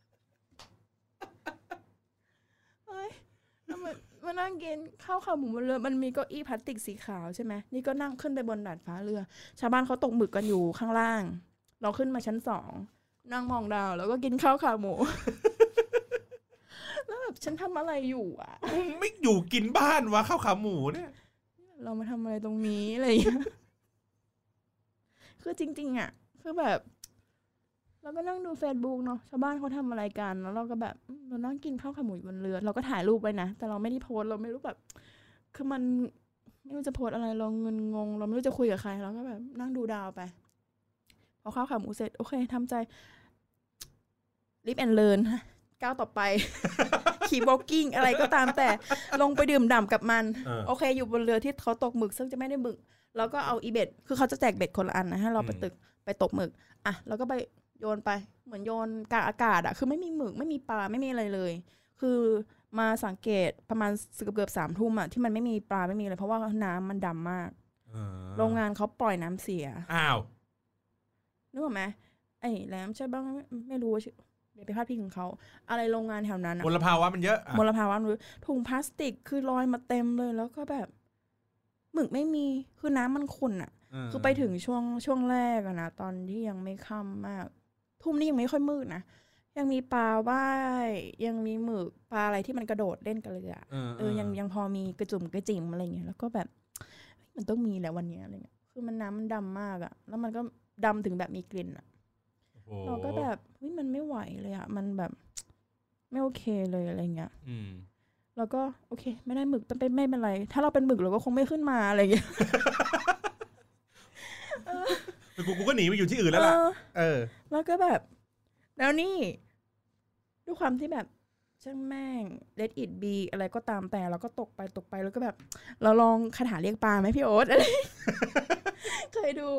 B: เฮ้ยแล้วมันมานั่งกินข้าวขาหมูบนเรือมันมีเก้าอี้พลาสติกสีขาวใช่ไหมนี่ก็นั่งขึ้นไปบนดาดฟ้าเรือ ชาวบ้านเขาตกหมึกกันอยู่ข้างล่าง เราขึ้นมาชั้นสองนั่งมองดาว แล้วก็กินข้าวขาหมู แล้วแบบฉันทำอะไรอยู่อ่ะ
A: มึงไม่อยู่กินบ้านวะข้าวขาหมูเนี่ย
B: เรามาทำอะไรตรงนี้ อะไรอย่างเงี้ย คือจริง ๆ อ่ะ คือแบบ เราก็นั่งดู Facebook เนาะชาวบ้านเขาทำอะไรกัน แล้วเราก็แบบอืมเรานั่งกินข้าวขาหมูอยู่บนเรือ เราก็ถ่ายรูปไว้นะ แต่เราไม่ได้โพสต์เราไม่รู้แบบ คือมันไม่รู้จะโพสต์อะไร เราเงินงง เราไม่รู้จะคุยกับใคร เราก็แบบนั่งดูดาวไป พอข้าวขาหมูเสร็จ โอเคทำใจลิฟแอนเลินก้าวต่อไป ขี่บ็อกกิ้งอะไรก็ตามแต่ ลงไปดื่มด่ำกับมัน
A: เออ
B: โอเค อยู่บนเรือที่เขาตกหมึก ซึ่งจะไม่ได้หมึก แล้วก็เอาอีเบ็ด คือเขาจะแจกเบ็ดคนละอันนะให้เราไป
A: อืม
B: ตึกไปตกหมึก อ่ะ แล้วก็ไปโยนไป เหมือนโยนกลางอากาศอะคือไม่มีหมึก ไม่มีปลา ไม่มีอะไรเลย คือ มาสังเกตประมาณเกือบๆสามทุ่มอะที่มันไม่มีปลาไม่มีเลย เพราะว่าน้ำมันดำมาก
A: เออ
B: โรงงานเขาปล่อยน้ำเสีย
A: อ้าว
B: นึกออกไหมไอ้แหลมใช่บ้างไม่ไม่รู้ว่าชื่อเดี๋ยวไปพาดพิงถึงเขาอะไรโรงงานแถวนั้นอะ
A: มลภาวะมันเยอะอ่ะ
B: มลภาวะหรือถุงพลาสติกคือลอยมาเต็มเลยแล้วก็แบบหมึกไม่มีคือน้ำมันขุ่นอะ
A: เ
B: คือไปถึงช่วงช่วงแรกอะนะตอนที่ยังไม่ค่ำมาก ทุ่มนี่ยังไม่ค่อยมืดนะยังมีปลาว่ายยังมีหมึกปลาอะไรที่มันกระโดดเล่นกันเลยอะ
A: เออ
B: เออยังยังพอมีกระจุ่มกระจิ๋มอะไรเงี้ยแล้วก็แบบเฮ้ยมันต้องมีแหละวันเนี้ยอะไรเงี้ยคือมันน้ำมันดำมากอะแล้วมันก็ดำถึงแบบมีกลิ่นอะ
A: โอ้โห
B: เราก็แบบเฮ้ยมันไม่ไหวเลยอะมันแบบไม่โอเคเลยอะไรเงี้ย
A: อืม
B: แล้วก็โอเค ไม่ได้หมึกต้องเป็นไม่เป็นไร ถ้าเราเป็นหมึกเราก็คงไม่ขึ้นมาอะไรเงี้ย
A: กูกูก็หนีไปอยู่ที่อื่นแล้วล่ะ
B: เออ
A: เออ
B: แล้วก็แบบ แล้วนี่ด้วยความที่แบบช่างแม่ง let it be อะไรก็ตามแต่เราก็ตกไปตกไปแล้วก็แบบ เราลองคาถาเรียกปลาไหมพี่โอ๊ตอะไร เคยดู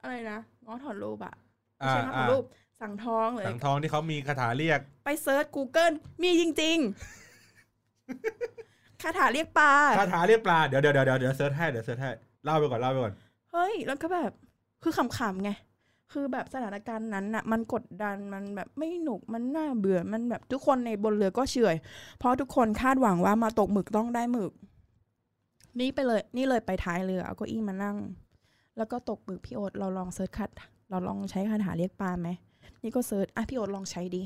B: อะไรนะง้อถอดรูปอะไม่
A: อ่า
B: ใช่ง้อถอ
A: อ่า
B: ดรูปสั่งทองเลย
A: สังทองที่เขามีคาถาเรียก
B: ไปเซิร์ช Google มีจริง ๆ คาถาเรียกปลา
A: คาถาเรียกปลา เดี๋ยวเดี๋ยวเดี๋ยวเดี๋ยวเซิร์ชให้เดี๋ยวเซิร์ชให้เล่าไปก่อนเล่าไปก่อน
B: เฮ้ย แล้วก็แบบ คือขำๆไง คือแบบสถานการณ์นั้นน่ะ มันกดดัน มันแบบไม่หนุก มันน่าเบื่อ มันแบบทุกคนในบนเรือก็เฉอย เพราะทุกคนคาดหวังว่ามาตกหมึกต้องได้หมึก นี่ไปเลย นี่เลยไปท้ายเรือ เอาเก้าอี้มานั่ง แล้วก็ตกหมึกพี่โอ๊ตเราลองเซิร์ชคัด เราลองใช้คาถาเรียกปลาไหม นี่ก็เซิร์ช อ่ะพี่โอ๊ตลองใช้ดี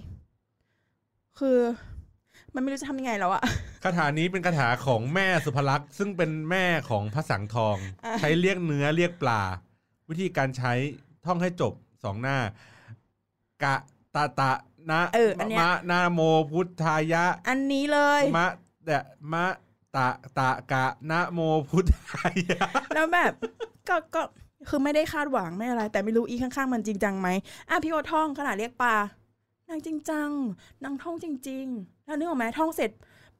B: คือ มันไม่รู้จะทำยังไงแล้วอะ
A: คาถานี้เป็นคาถาของแม่สุภลักษณ์ซึ่งเป็นแม่ของพระสังทอง
B: อ่ะ
A: ใช้เรียกเนื้อเรียกปลา วิธีการใช้ท่องให้จบสองหน้า กะตะตะนะ
B: เอออันเนี้ย
A: มะนาโมพุทธายะ
B: อันนี้เลย
A: มะแดะมะตะตะกะนะโมพุทธายะ
B: แล้วแบบก็ก็คือไม่ได้คาดหวังไม่อะไร แต่ไม่รู้อีข้างๆมันจริงจังไหมอ่ะพี่โอท่องขนาดเรียกปลานางจริงจังนางท่องจริง ๆ แล้วนึกออกไหมท่องเสร็จ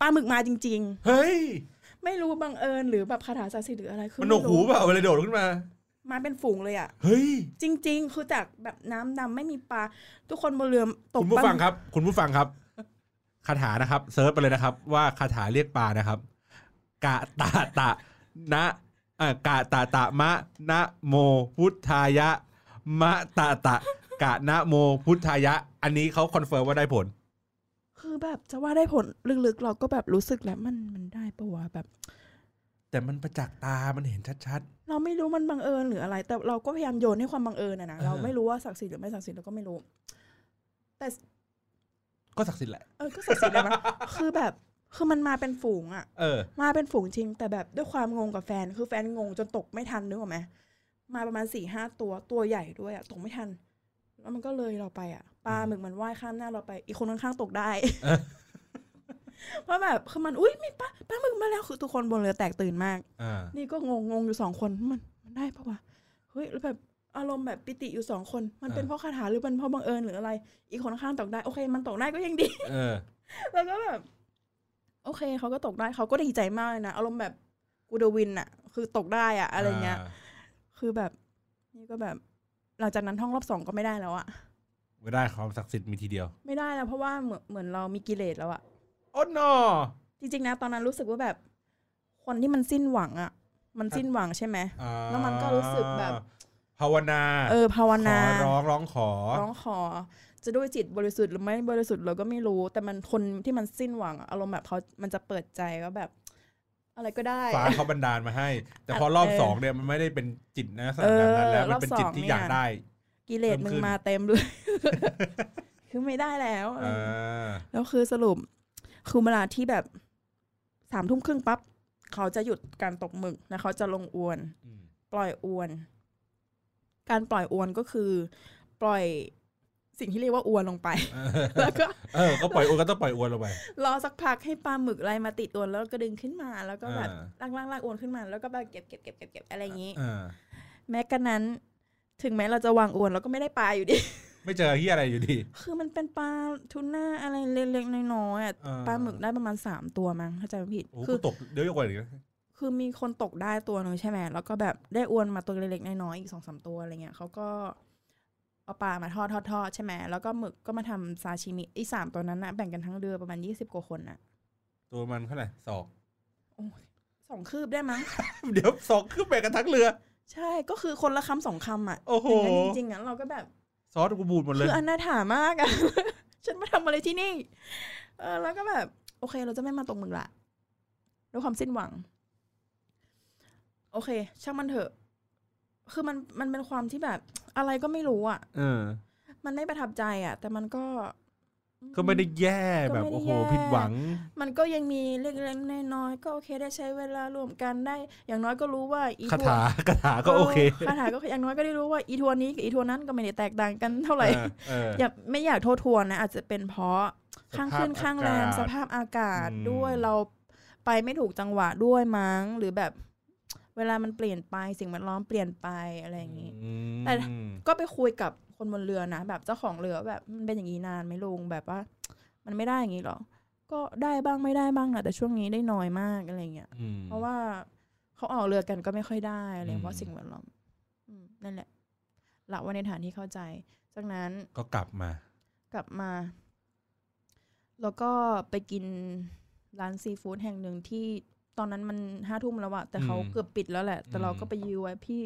B: ปลาหมึกมาจริง
A: เฮ้ย
B: ๆ ไม่รู้บังเอิญหรือแบบคาถาศักดิ์สิทธิ์หรืออะไรคือ
A: มันหนว
B: ไม่
A: กหู
B: รู้
A: เปล่ามันเลยโดดขึ้นมา
B: มาเป็นฝูงเลยอ่ะ
A: เฮ้ย
B: จริง ๆ คือจากแบบน้ำดำไม่มีปลาทุกคนบนเรือตก
A: คุณผู้
B: ปลา
A: ฟังครับ คุณผู้ฟังครับ คาถานะครับเซิร์ชไปเลยนะครับ ว่าคาถาเรียกปลานะครับ กะตาตะนะเอ่อกะตาตะมะนะโมพุทธายะ มะตาตะ กะนะโมพุทธายะ อันนี้เขาคอนเฟิร์มว่าได้ผล
B: คือแบบจะว่าได้ผลลึกๆ เราก็แบบรู้สึกแหล้วมันมันได้ปะวะแบบ
A: แต่มันประจักษ์ตามันเห็นชัด
B: เราไม่รู้มันบังเอิญหรืออะไร แต่เราก็พยายามโยนให้ความบังเอิญอะนะ
A: เออ
B: เราไม่รู้ว่าศักดิ์สิทธิ์หรือไม่ศักดิ์สิทธิ์เราก็ไม่รู้ แต่
A: ๆ ก็ศักดิ์สิทธิ์แหละ
B: เออก็ศักดิ์สิทธิ์แล้วนะ คือแบบคือมันมาเป็นฝูงอะ
A: เออ
B: มาเป็นฝูงจริง แต่แบบด้วยความงงกับแฟน คือแฟนงงจนตกไม่ทันนึกออกไหมมาประมาณสี่ห้าตัวตัวใหญ่ด้วยอะตกไม่ทัน แล้วมันก็เลยเราไปอะปลาหมึกมันว่ายข้ามหน้าเราไป อีกคนข้างๆตกได้
A: เออ
B: เพราะแบบคือมันอุ้ยมีปลาปลาหมึกมาแล้วคือทุกคนบนเรือแตกตื่นมาก
A: อ่า
B: นี่ก็งงงงอยู่สองคนมันมันได้ปะวะเฮ้ยแล้วแบบอารมณ์แบบปิติอยู่สองคน มันเป็นเพราะคาถาหรือมันเพราะบังเอิญหรืออะไร อีกคนข้างตกได้โอเค มันตกได้ก็ยังดี
A: เออ
B: แล้วก็แบบโอเคเขาก็ตกได้เขาก็ดีใจมากเลยนะอารมณ์แบบกูเดวินอะคือตกได้อะอะไรเงี้ย คือแบบนี่ก็แบบ หลังจากนั้นท่องรอบสองก็ไม่ได้แล้วอะ
A: ไม่ได้ความศักดิ์สิทธิ์มีทีเดียว
B: ไม่ได้แล้วเพราะว่าเหมือนเหมือนเรามีกิเลสแล้วอะ
A: โอ้นอ
B: จริงๆนะตอนนั้นรู้สึกว่าแบบ คนที่มันสิ้นหวังอะมันสิ้นหวังใช่ไหม
A: อ่า
B: แล้วมันก็รู้สึกแบบ
A: ภาวนา
B: เออภาวนา
A: ขอร้องร้องขอ
B: ร้องขอจะด้วยจิตบริสุทธิ์หรือไม่บริสุทธิ์เราก็ไม่รู้ แต่มันคนที่มันสิ้นหวังอะอารมณ์แบบเขามันจะเปิดใจก็แบบ อะไรก็ได้
A: ฟ้าเขาบันดาลมาให้ แต่พอรอบ
B: เออ
A: สองเนี่ยมันไม่ได้เป็นจิตนะสถานะนั้นแล้ว
B: เออ
A: มันเป็น
B: รอบสอ
A: จิต
B: ง
A: ที่
B: เนี่ย
A: อยากได้
B: กิเลสมึงมาเต็มเลย คือไม่ได้แล้ว
A: เออ
B: แล้วคือสรุป คือเวลาที่แบบสามทุ่มครึ่งปั๊บเขาจะหยุดการตกหมึกแล้วเขาจะลงอวน
A: อืม
B: ปล่อยอวน การปล่อยอวนก็คือ ปล่อยสิ่งที่เรียกว่าอวนลงไป แล้วก็
A: เออ ก็ปล่อยอวนก็ต้องปล่อยอวนลงไป
B: รอสักพักให้ปลาหมึกอะไรมาติดอวนแล้วก็ดึงขึ้นมาแล้วก็แบบ
A: อ่า
B: ลากลากลากอวนขึ้นมาแล้วก็แบบเก็บเก็บเก็บเก็บเก็บอะไรอย่างนี้
A: เออ
B: แม้กระนั้น ถึงแม้เราจะวางอวนเราก็ไม่ได้ปลาอยู่ดี
A: ไม่เจอที่อะไรอยู่ดี
B: คือมันเป็นปลาทูน่าอะไรเล็กๆน้อยๆอ่ะ
A: เออ
B: ปลาหมึกได้ประมาณสามตัวมั้งถ้าจำไม่ผิด
A: โอ้โห
B: คือ
A: กูตกเดี๋ยอะกว่าอีกนะ
B: คือมีคนตกได้ตัวหนึ่งใช่ไหมแล้วก็แบบได้อวนมาตัวเล็กๆน้อยๆอีกสองสามตัวอะไรเงี้ยเขาก็เอาปลามาทอดทอดทอดใช่ไหมแล้วก็หมึกก็มาทำซาชิมิไอ้สามตัวนั้นนะแบ่งกันทั้งเรือประมาณยี่สิบกว่าคนน่ะ
A: ตัวมันเท่าไหร่ศอก
B: โอ้ยสองคืบได้มั้ง
A: เดี๋ยวศอกขึ้นไปกันทั้งเรือ
B: ใช่ ก็คือคนละคำสองคำอ่ะ
A: โอ้โห
B: ย่างนั้นจริงๆอ่ะเราก็แบบ
A: ซอสกูบูดหมดเลย
B: คืออนาถามากอะ ฉันมาทำอะไรที่นี่ เออ แล้วก็แบบ โอเค เราจะไม่มาตกหมึกละด้วยความสิ้นหวัง โอเค ช่างมันเถอะ คือมันมันเป็นความที่แบบ อะไรก็ไม่รู้อะ
A: เออ
B: มันไม่ประทับใจอะแต่มันก็อื
A: ก็ไม่ได้แย่
B: ก็ไม่
A: แบบ
B: ได้
A: โอ้โห
B: แย่
A: ผิดหวัง
B: มันก็ยังมีเล็กๆน้อยๆก็โอเคได้ใช้เวลาร่วมกันได้ อย่างน้อยก็รู้ว่าอี
A: คา
B: ทัว
A: ถา
B: ร์
A: คาถาก็โอเค
B: คาถาก็อย่างน้อยก็ได้รู้ว่าอีทัวร์นี้กับอีทัวร์นั้นก็ไม่ได้แตกต่างกันเท่าไหร่
A: เออเออ
B: อย่าไม่อยากโทษทวนนะอาจจะเป็นเพราะข้างขึ้นข้างแรงสภาพอากาศ
A: อืม
B: ด้วยเราไปไม่ถูกจังหวะด้วยมั้ง หรือแบบเวลามันเปลี่ยนไปสิ่งแวดล้อมเปลี่ยนไปอะไรอย่างนี้
A: อืม
B: แต่ ก็ไปคุยกับคนบนเรือนะแบบเจ้าของเรือแบบมันเป็นอย่างนี้นานไหมลุงแบบว่า มันไม่ได้อย่างนี้หรอ ก็ได้บ้างไม่ได้บ้างนะแต่ช่วงนี้ได้น้อยมากอะไรอย่างเงี้ย
A: อืม
B: เพราะว่าเขาออกเรือกันก็ไม่ค่อยได้อะไร
A: อืม
B: เพราะสิ่งแวดล้อมอืมนั่นแหละละไว้ในฐานที่เข้าใจ จากนั้น
A: ก็กลับมา
B: กลับมา แล้วก็ไปกินร้านซีฟู้ดแห่งหนึ่งที่ตอนนั้นมันห้าทุ่มแล้วอะแต่เขา
A: อืม
B: เกือบปิดแล้วแหละ แต่เรา
A: อืม
B: ก็ไปยื้อไว้พี่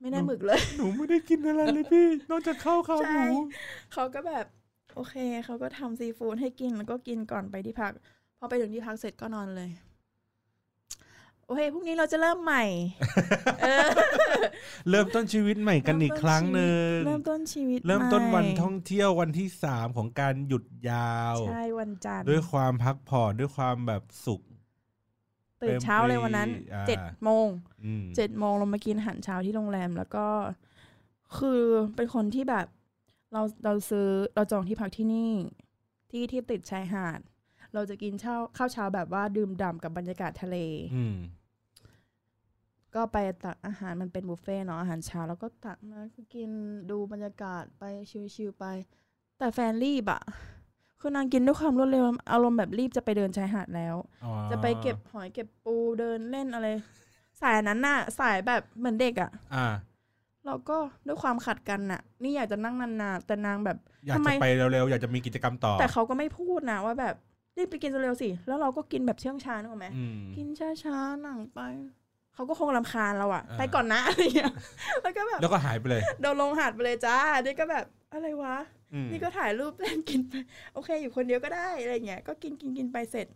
B: ไม่ได้หมึกเลย
A: หนูไม่ได้กินอะไรเลยพี่ นอกจากข้าวข้าวห
B: ใช่
A: มู
B: เขาก็แบบ โอเค เขาก็ทำซีฟู้ดให้กินแล้วก็กินก่อนไปที่พัก พอไปถึงที่พักเสร็จก็นอนเลย โอเคพรุ่งนี้เราจะเริ่มใหม่ เออ
A: เริ่มต้นชีวิตใหม่กันอีกครั้งหนึ่ง
B: เริ่มต้นชีวิต
A: เริ่มต้นวัน
B: ใหม่
A: ท่องเที่ยววันที่สามของการหยุดยาว
B: ใช่วันจันทร์
A: ด้วยความพักผ่อนด้วยความแบบสุข
B: ตื่นเช้าเลยวันนั้น
A: เต็มที่อ่า
B: เจ็ดโมง
A: อืม
B: เจ็ดโมงเรามากินอาหารเช้าที่โรงแรม แล้วก็คือเป็นคนที่แบบ เราเราซื้อเราจองที่พักที่นี่ ที่ที่ติดชายหาด เราจะกินเช้าข้าวเช้าแบบว่าดื่มด่ำกับบรรยากาศทะเล
A: อืม
B: ก็ไปตักอาหารมันเป็นบุฟเฟ่ต์เนาะอาหารเช้าแล้วก็ตักมากินดูบรรยากาศไปชิวๆไป แต่แฟนรีบอะคือนางกินด้วยความรวดเร็วอารมณ์แบบรีบจะไปเดินชายหาดแล้ว
A: อ๋อ
B: จะไปเก็บหอยเก็บปูเดินเล่นอะไร สายนั้นน่ะ สายแบบเหมือนเด็กอะ
A: อ่า
B: เราก็ด้วยความขัดกันน่ะ นี่อยากจะนั่งนานๆแต่นางแบบ
A: อยาก
B: ทำไม
A: จะไปเร็วๆ อยากจะมีกิจกรรมต่อ
B: แต่เขาก็ไม่พูดนะว่าแบบรีบไปกินเร็วๆสิ แล้วเราก็กินแบบเชื่องช้านึกออกไหม
A: อืม
B: กินช้าๆหนังไป เขาก็คงรำคาญเราอะ
A: อ่า
B: ไปก่อนนะอะไรเงี้ยแล้วก็แบบ
A: แล้วก็หายไปเลย
B: เดนลงหาดไปเลยจ้านี่ก็แบบอะไรวะ
A: อืม
B: นี่ก็ถ่ายรูปเล่นกินไป โอเค อยู่คนเดียวก็ได้อะไรเงี้ยก็กินกินกินไปเสร็จ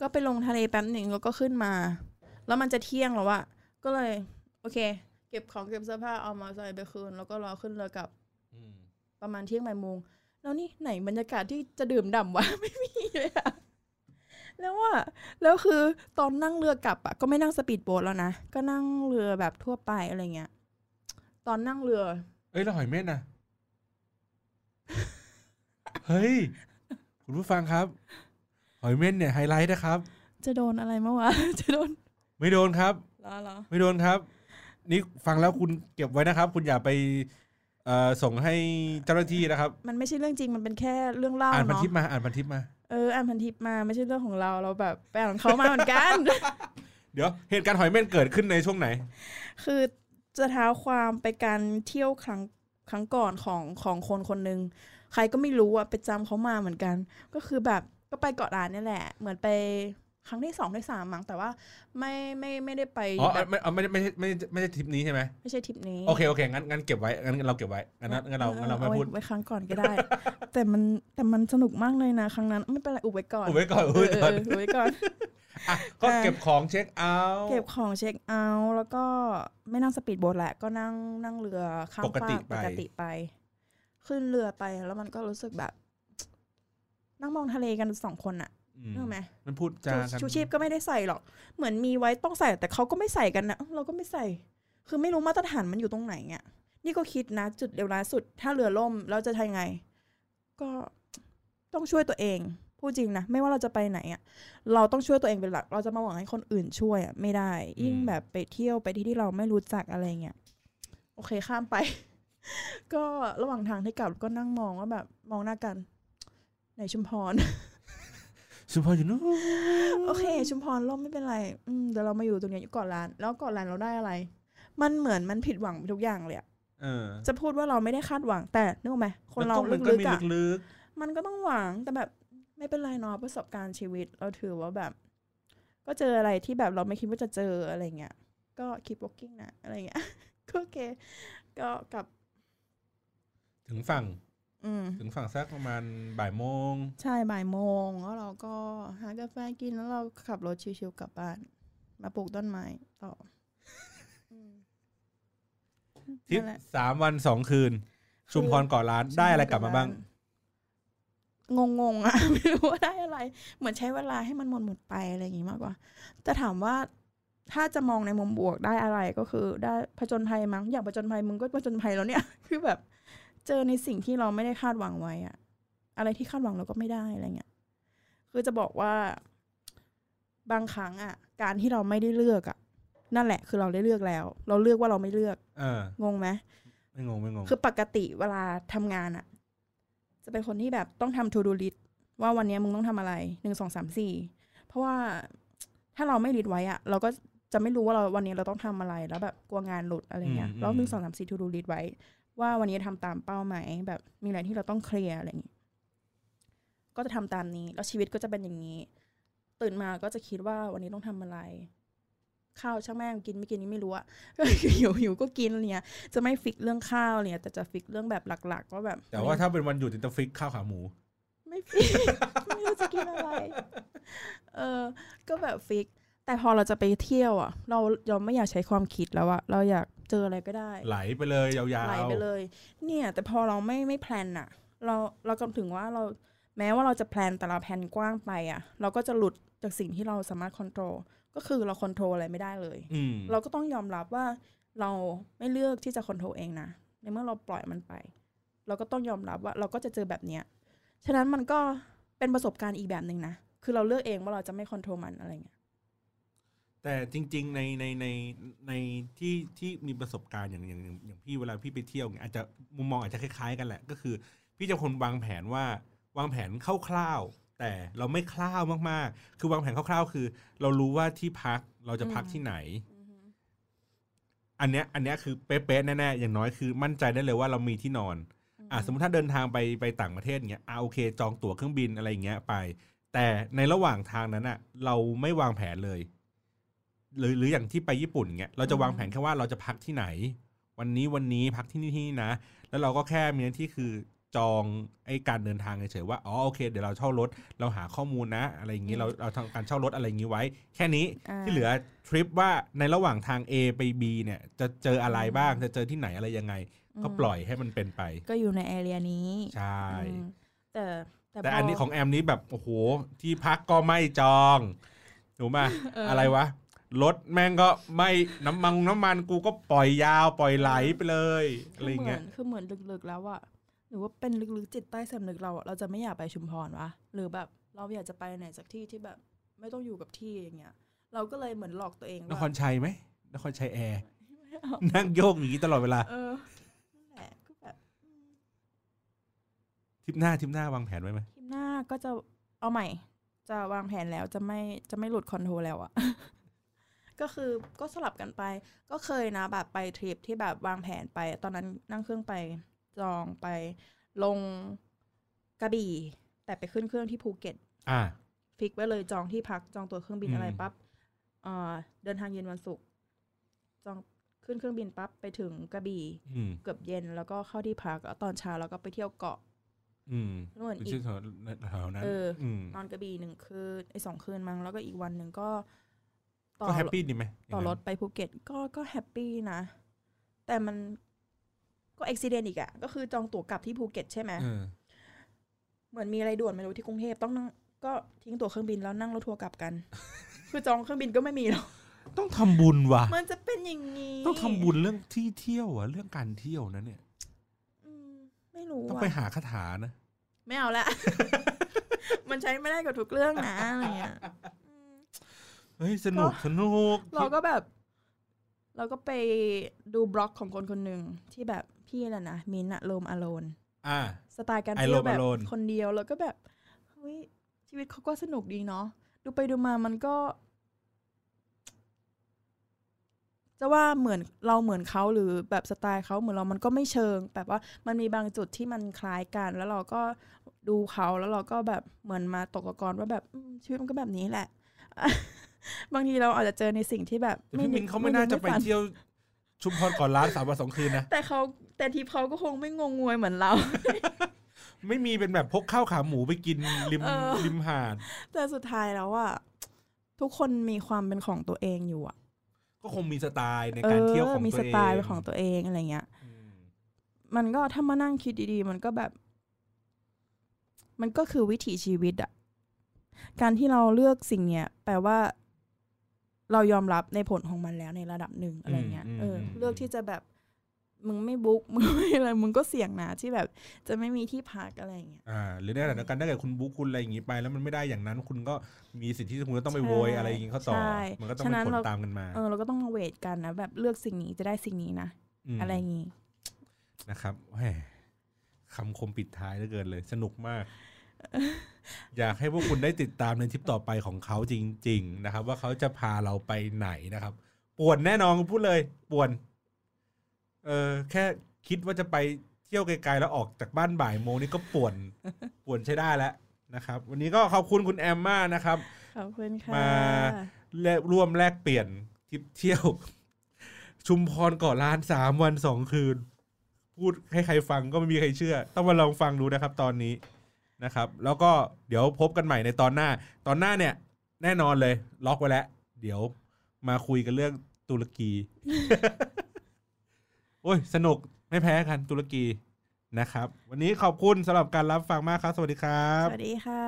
B: ก็ไปลงทะเลแป๊บหนึ่งแล้วก็ขึ้นมา แล้วมันจะเที่ยงแล้วอะก็เลย โอเค เก็บของเก็บเสื้อผ้าเอามาใส่ไปคืน แล้วก็รอขึ้นเรือกลับ
A: อืม
B: ประมาณเที่ยงบ่ายโมงแล้วนี่ไหนบรรยากาศที่จะดื่มด่ำวะ ไม่มีเลยอะแล้วว่าแล้วคือตอนนั่งเรือกลับอะก็ไม่นั่งสปีดโบ๊ทแล้วนะก็นั่งเรือแบบทั่วไปอะไรเงี้ย ตอนนั่งเรือ
A: เอ้ยแล้วหอยเม่นนะเฮ้ย คุณผู้ฟังครับ หอยเม่นเนี่ยไฮไลท์นะครับ
B: จะโดนอะไรเมื่อวะ จะโดน
A: ไม่โดนครับ
B: เหรอเหรอ
A: ไม่โดนครับ นี่ฟังแล้วคุณเก็บไว้นะครับ คุณอย่าไปเอ่อส่งให้เจ้าหน้าที่นะครับ
B: มันไม่ใช่เรื่องจริงมันเป็นแค่เรื่องเล่า
A: อ่านพัน
B: เนาะ
A: ทิปมาอ่านพันทิปมา
B: เอออ่านพันทิปมาไม่ใช่เรื่องของเราเราแบบไปอ่านของเขามาเหมือน กัน
A: เดี๋ยวเหตุการณ์หอยเม่นเกิดขึ้นในช่วงไหน
B: คือจะเท้าความไปการเที่ยวครั้งครั้งก่อนของของคนคนหนึ่งใครก็ไม่รู้อะไปจำเขามาเหมือนกัน ก็คือแบบก็ไปเกาะล้านนี่แหละ เหมือนไปครั้งที่สองที่สามมั้งแต่ว่าไม่ไม่ไม่ได้ไป
A: อ๋อ
B: แบบ
A: ไม่เอาไม่ไม่ใช่ไม่ใช่ไม่ใช่ทริปนี้ใช่ไหม
B: ไม่ใช่ทริปนี้
A: โอเคโอเคงั้นงั้นเก็บไว้งั้นเราเก็บไว้งั้นงั้นเรางั้นเราไม่
B: อว้
A: พูด
B: ไว้ครั้งก่อนก็ได้ แต่มันแต่มันสนุกมากเลยนะ ครั้งนั้นไม่เป็นไรอุบไว้ก่อน
A: อุบไว้ก่อนอุบไว้ก่อน
B: เเเอุบไว้ก่อน
A: อ่ะก็
B: อ่ะ
A: เก็บของเช็คเอาท์
B: เก็บของเช็คเอาท์แล้วก็ไม่นั่งสปีดโบ๊ทแหละ ก็นั่งนั่งเรือข้าม
A: ปกติ
B: ฟาก
A: ไป
B: ปกติไป ขึ้นเรือไปแล้วมันก็รู้สึกแบบ นั่งมองทะเลกันสองคนอะ
A: อืม
B: นึกออกไหม
A: มันพูดจากัน
B: ชูชีพก็ไม่ได้ใส่หรอก เหมือนมีไว้ต้องใส่ แต่เขาก็ไม่ใส่กันนะเอ้าเราก็ไม่ใส่ คือไม่รู้มาตรฐานมันอยู่ตรงไหนอะนี่ก็คิดนะจุดเดียวร้ายสุด ถ้าเรือล่มเราจะทำไง ก็ต้องช่วยตัวเองพูดจริงนะไม่ว่าเราจะไปไหนอะ เราต้องช่วยตัวเองเป็นหลัก เราจะมาหวังให้คนอื่นช่วยอะไม่ได้ ยิ่งแบบไปเที่ยวไปที่ที่เราไม่รู้จักอะไรเงี้ย โอเคข้ามไป ก็ระหว่างทางที่กลับก็นั่งมองว่าแบบมองหน้ากัน ไหนชุมพร
A: สุภาพอยู่นู้น
B: โอเค ชุมพรล่มไม่เป็นไร อืมเดี๋ยวเรามาอยู่ตรงเนี้ยอยู่เกาะล้าน แล้วเกาะล้านเราได้อะไร มันเหมือนมันผิดหวังไปทุกอย่างเลยอะ
A: เออ
B: จะพูดว่าเราไม่ได้คาดหวังแต่นึกออกไหมคนเรา
A: มันก็
B: ลึ
A: มี
B: กๆอะ
A: ลึก
B: มันก็ต้องหวังแต่แบบ ไ ไม่เป็นไรเนาะประสบการณ์ชีวิต เราถือว่าแบบ ก็เจออะไรที่แบบเราไม่คิดว่าจะเจออะไรเงี้ยก็คีบวอล์กกิ้งนะอะไรเงี้ย ก็โอเค ก็กลับ
A: ถึงฝั่ง
B: อืม
A: ถึงฝั่งสักประมาณบ่ายโมง
B: ใช่บ่ายโมงแล้วเราก็หากาแฟกินแล้วเราขับรถชิวๆกลับบ้าน มาปลูกต้นไม้ต่ออืม
A: ทริป
B: นั่นแหละ
A: สามวันสองคืน ชุมพรก่อร้านได้อะไรกลับมาบ้าง
B: งงงๆอะ ไม่รู้ว่าได้อะไร เหมือนใช้เวลาให้มันหมดหมดๆไปอะไรอย่างงี้มากกว่าแต่ถามว่าถ้าจะมองในมุมบวกได้อะไรก็คือ ได้ผจญภัยมั้งอยากผจญภัยมึงก็ผจญภัยแล้วเนี่ย คือแบบ เจอในสิ่งที่เราไม่ได้คาดหวังไว้อะอะไรที่คาดหวังเราก็ไม่ได้อะไรเงี้ยคือจะบอกว่าบางครั้งอะการที่เราไม่ได้เลือกอะนั่นแหละ คือเราได้เลือกแล้ว เราเลือกว่าเราไม่เลือก
A: เออ
B: งงไหม
A: ไม่งงไม่งง
B: คือปกติเวลาทำงานอะจะเป็นคนที่แบบต้องทำ to do list ว่าวันเนี้ยมึงต้องทำอะไรหนึ่งสองสามสี่เพราะว่าถ้าเราไม่ลิดไว้อะเราก็จะไม่รู้ว่าเราวันนี้เราต้องทำอะไรแล้วแบบกลัวงานหลุดอะไรเงี้ย
A: อืมอืม
B: แล้วหนึ่งสองสามสี่ to do list ไว้ ว่าวันนี้ทำตามเป้าไหมแบบมีอะไรที่เราต้องเคลียร์อะไรอย่างงี้ก็จะทำตามนี้ แล้วชีวิตก็จะเป็นอย่างนี้ ตื่นมาก็จะคิดว่าวันนี้ต้องทำอะไร ข้าวช่างแม่งกินไม่กินนี่ไม่รู้อะ หิวหิวก็กินอะไรเนี่ย จะไม่ฟิกเรื่องข้าวเนี่ย แต่จะฟิกเรื่องแบบหลัก ๆ ว่าแบบ
A: แต่ว่าถ้าเป็นวันหยุดจะฟิกข้าวขาหมู
B: ไม่ฟิก ไม่รู้จะกินอะไร เออ ก็แบบฟิก แต่พอเราจะไปเที่ยวอะเราเราไม่อยากใช้ความคิดแล้วอะเราอยากเจออะไรก็ได้
A: ไหลไปเลยยาว
B: ไหลไปเลย เนี่ย แต่พอเราไม่ไม่แพลนอะเราเรากำถึงว่าเราแม้ว่าเราจะแพลนแต่เราแพลนกว้างไปอะเราก็จะหลุดจากสิ่งที่เราสามารถควบคุมก็คือเราควบคุมอะไรไม่ได้เลย
A: ๆ อืม
B: เราก็ต้องยอมรับว่าเราไม่เลือกที่จะคอนโทรลเองนะในเมื่อเราปล่อยมันไป เราก็ต้องยอมรับว่าเราก็จะเจอแบบเนี้ยฉะนั้นมันก็เป็นประสบการณ์อีกแบบหนึ่งนะคือเราเลือกเองว่าเราจะไม่คอนโทรลมันอะไรเงี้ย
A: แต่จริง ๆ ในในในในที่ที่มีประสบการณ์อย่างอย่างอย่างอย่างพี่เวลาพี่ไปเที่ยวเนี่ยอาจจะมุมมองอาจจะคล้ายๆกันแหละ ก็คือ พี่จะคนวางแผนว่าวางแผนคร่าวๆแต่เราไม่คร่าวมากๆ คือวางแผนคร่าวๆ คือ เรารู้ว่าที่พักเราจะพักที่ไหน อันเนี้ยอันเนี้ยคือเป๊ะๆแน่ๆอย่างน้อยคือมั่นใจได้เลยว่าเรามีที่นอน อ่ะสมมติถ้าเดินทางไปไปต่างประเทศเงี้ยอ่ะโอเค จองตั๋วเครื่องบินอะไรอย่างเงี้ยไป แต่ในระหว่างทางนั้นอ่ะ เราไม่วางแผนเลย หรือหรืออย่างที่ไปญี่ปุ่นเงี้ยเราจะวางแผนแค่ว่าเราจะพักที่ไหน วันนี้วันนี้พักที่นี่ที่นี่นะ แล้วเราก็แค่มีหน้าที่คือจองไอ้การเดินทางเฉยๆว่าอ๋อโอเค เดี๋ยวเราเช่ารถ เราหาข้อมูลนะ อะไรอย่างงี้เราเราทำการเช่ารถอะไรอย่างงี้ไว้ แค่นี้
B: า
A: ที่เหลือทริปว่าในระหว่างทาง A ไป B เนี่ย จะเจออะไรบ้าง
B: อืม
A: จะเจอที่ไหนอะไรยังไง ก็
B: ม
A: ปล่อยให้มันเป็นไป
B: ก็อยู่ในแอเรียนี้
A: ใช่
B: อืมแต่
A: แต่อัน
B: พ
A: นี้ของแอมนี้แบบ โอ้โห ที่พักก็ไม่จอง ถูกไหม
B: เอออ
A: อะไรวะ รถแม่งก็ไม่น้ำมันน้ำมันกูก็ปล่อยยาวปล่อยไหลไปเลยอะไรอย่างเงี้ย
B: คือเหมือนคือเหมือนลึกๆแล้วอะหรือว่าเป็นลึกๆจิตใต้สำนึกเราอะเราจะไม่อยากไปชุมพรวะหรือแบบเราอยากจะไปไหนสักที่ที่แบบไม่ต้องอยู่กับที่อย่างเงี้ย เราก็เลยเหมือนหลอกตัวเอง
A: น
B: ว่า
A: ครชัยไหมนครชัยแอร์นั่งโยกอย่างนี้ตลอดเวลา
B: เออนั่นแหละก็แบบ
A: ทริปหน้าทริปหน้าวางแผนไว้ไหม
B: ทีมหน้าก็จะเอาใหม่ จะวางแผนแล้วจะไม่จะไม่หลุดคอนโทรลแล้วอะ ก็คือก็สลับกันไป ก็เคยนะแบบไปทริปที่แบบวางแผนไป ตอนนั้นนั่งเครื่องไปจองไปลงกระบี่ แต่ไปขึ้นเครื่องที่ภูเก็ต
A: อ่า
B: ฟิกไว้เลยจองที่พักจองตั๋วเครื่องบิน
A: อืม
B: อะไรปั๊บเอ่อเดินทางเย็นวันศุกร์จองขึ้นเครื่องบินปั๊บไปถึงกระบี่
A: อืม
B: เกือบเย็นแล้วก็เข้าที่พักแล้วตอนเช้าเราก็ไปเที่ยวเกาะ
A: อืม
B: นู่น
A: เป็น
B: อี
A: ชื่
B: ก
A: อแถวๆนั้น
B: เอออื
A: ม
B: นอนกระบี่หนึ่งคืนไอ้สองคืนมั้งแล้วก็อีกวันหนึ่งก็ ต่อ
A: ก็แฮปปี้ดีไหม
B: ต่อรถไปภูเก็ตก็ก็แฮปปี้นะ แต่มันก็อุบิเหตุอีกอะก็คือจองตั๋วกลับที่ภูเก็ตใช่ไหม
A: เออ
B: เหมือนมีอะไรด่วนไม่รู้ที่กรุงเทพต้องนั่งก็ทิ้งตั๋วเครื่องบินแล้วนั่งรถทัวร์กลับกัน คือจองเครื่องบินก็ไม่มีหรอก
A: ต้องทำบุญว่ะ
B: มันจะเป็นอย่างนี้
A: ต้องทำบุญเรื่องที่เที่ยวอ่ะ เรื่องการเที่ยวนะเนี่ย
B: อืมไม่รู้
A: ต้อง
B: อะ
A: ไปหาคาถานะ
B: ไม่เอาละ มันใช้ไม่ได้กับทุกเรื่องนะอะไรเงี้ยอืม
A: เฮ้ย สนุก สนุก
B: เราก็แบบ เราก็ไปดูบล็อกของคนคนหนึ่งที่แบบพี่แหละนะมินท์อะโลมอโลน
A: อ่า
B: สไตล์การ
A: I
B: เที่ยว
A: roam
B: แบบ
A: alone
B: คนเดียวแล้วก็แบบเฮ้ยชีวิตเขาก็สนุกดีเนาะดูไปดูมามันก็ จะว่าเหมือนเราเหมือนเขาหรือแบบสไตล์เขาเหมือนเรามันก็ไม่เชิง แบบว่ามันมีบางจุดที่มันคล้ายกัน แล้วเราก็ ดูเขาแล้วเราก็แบบเหมือนมาตกตะกอนว่าแบบอืมชีวิตมันก็แบบนี้แหละ บางทีเราอาจจะเจอในสิ่งที่แบบ
A: แต่พี่มินเขาไม่น่าจะไป
B: ฝั
A: เที่ยวชุมพรก่อนร้านสามวันสองคืนนะ
B: แต่เขาแต่ทีเขาก็คงไม่งงงวยเหมือนเรา
A: ไม่มีเป็นแบบพกข้าวขาหมูไปกินริม
B: เออ
A: ริมหาด
B: แต่สุดท้ายแล้วอ่ะทุกคนมีความเป็นของตัวเองอยู่อ่ะ
A: ก็คงมีสไตล์ใน
B: เอ
A: การ
B: อ
A: เที่ยวของ
B: มี
A: ตัว
B: ส
A: เอง
B: ไตล์เป็นของตัวเองอะไรเงี้ย
A: อืม
B: มันก็ถ้ามานั่งคิดดีๆ มันก็แบบ มันก็คือวิถีชีวิตอ่ะการที่เราเลือกสิ่งเนี้ยแปลว่า เรายอมรับในผลของมันแล้วในระดับหนึ่งอะไรเงี้ยเออเลือกที่จะแบบ มึงไม่บุ๊ก มึงไม่อะไรมึงก็เสี่ยงนะที่แบบ จะไม่มีที่พักอะไรเงี้ย
A: อ่าหรือในขณะเดียวกันถ้าเกิดคุณบุ๊คคุณอะไรอย่างนี้ไป แล้วมันไม่ได้อย่างนั้นคุณก็มีสิทธิ์ที่คุณจะต้องไปโวย
B: ใช่
A: อะไรอย่างนี้เขาต่อ
B: ใช่
A: มันก็ต้อง
B: ฉะนั้
A: เป็นผล
B: นเรา
A: ตามกันมา
B: เออเราก็ต้องมาเวทกันนะแบบเลือกสิ่งนี้จะได้สิ่งนี้นะ
A: ม
B: อะไรอย่างงี้
A: นะครับแหมคำคมปิดท้ายเหลือเกินเลย สนุกมาก อยากให้พวกคุณได้ติดตามในทริปต่อไปของเขาจริง ๆ นะครับ ว่าเขาจะพาเราไปไหนนะครับป่วนแน่นอนพูดเลยป่วน เออแค่คิดว่าจะไปเที่ยวไกลๆแล้วออกจากบ้านบ่ายโมงนี่ก็ป่วน ป่วนใช้ได้แล้วนะครับ วันนี้ก็ขอบคุณคุณแอมมากนะครับ
B: ขอบคุณค่ะ
A: มา และร่วมแลกเปลี่ยนทริปเที่ยว ชุมพรเกาะล้านสามวันสองคืน พูดให้ใครฟังก็ไม่มีใครเชื่อ ต้องมาลองฟังดูนะครับตอนนี้นะครับ แล้วก็เดี๋ยวพบกันใหม่ในตอนหน้า ตอนหน้าเนี่ย แน่นอนเลย ล็อกไว้แล้ว เดี๋ยวมาคุยกันเรื่องตุรกี โอ้ย สนุกไม่แพ้กันตุรกีนะครับ วันนี้ขอบคุณสำหรับการรับฟังมากครับ สวัสดีครับ
B: สวัสดีค่ะ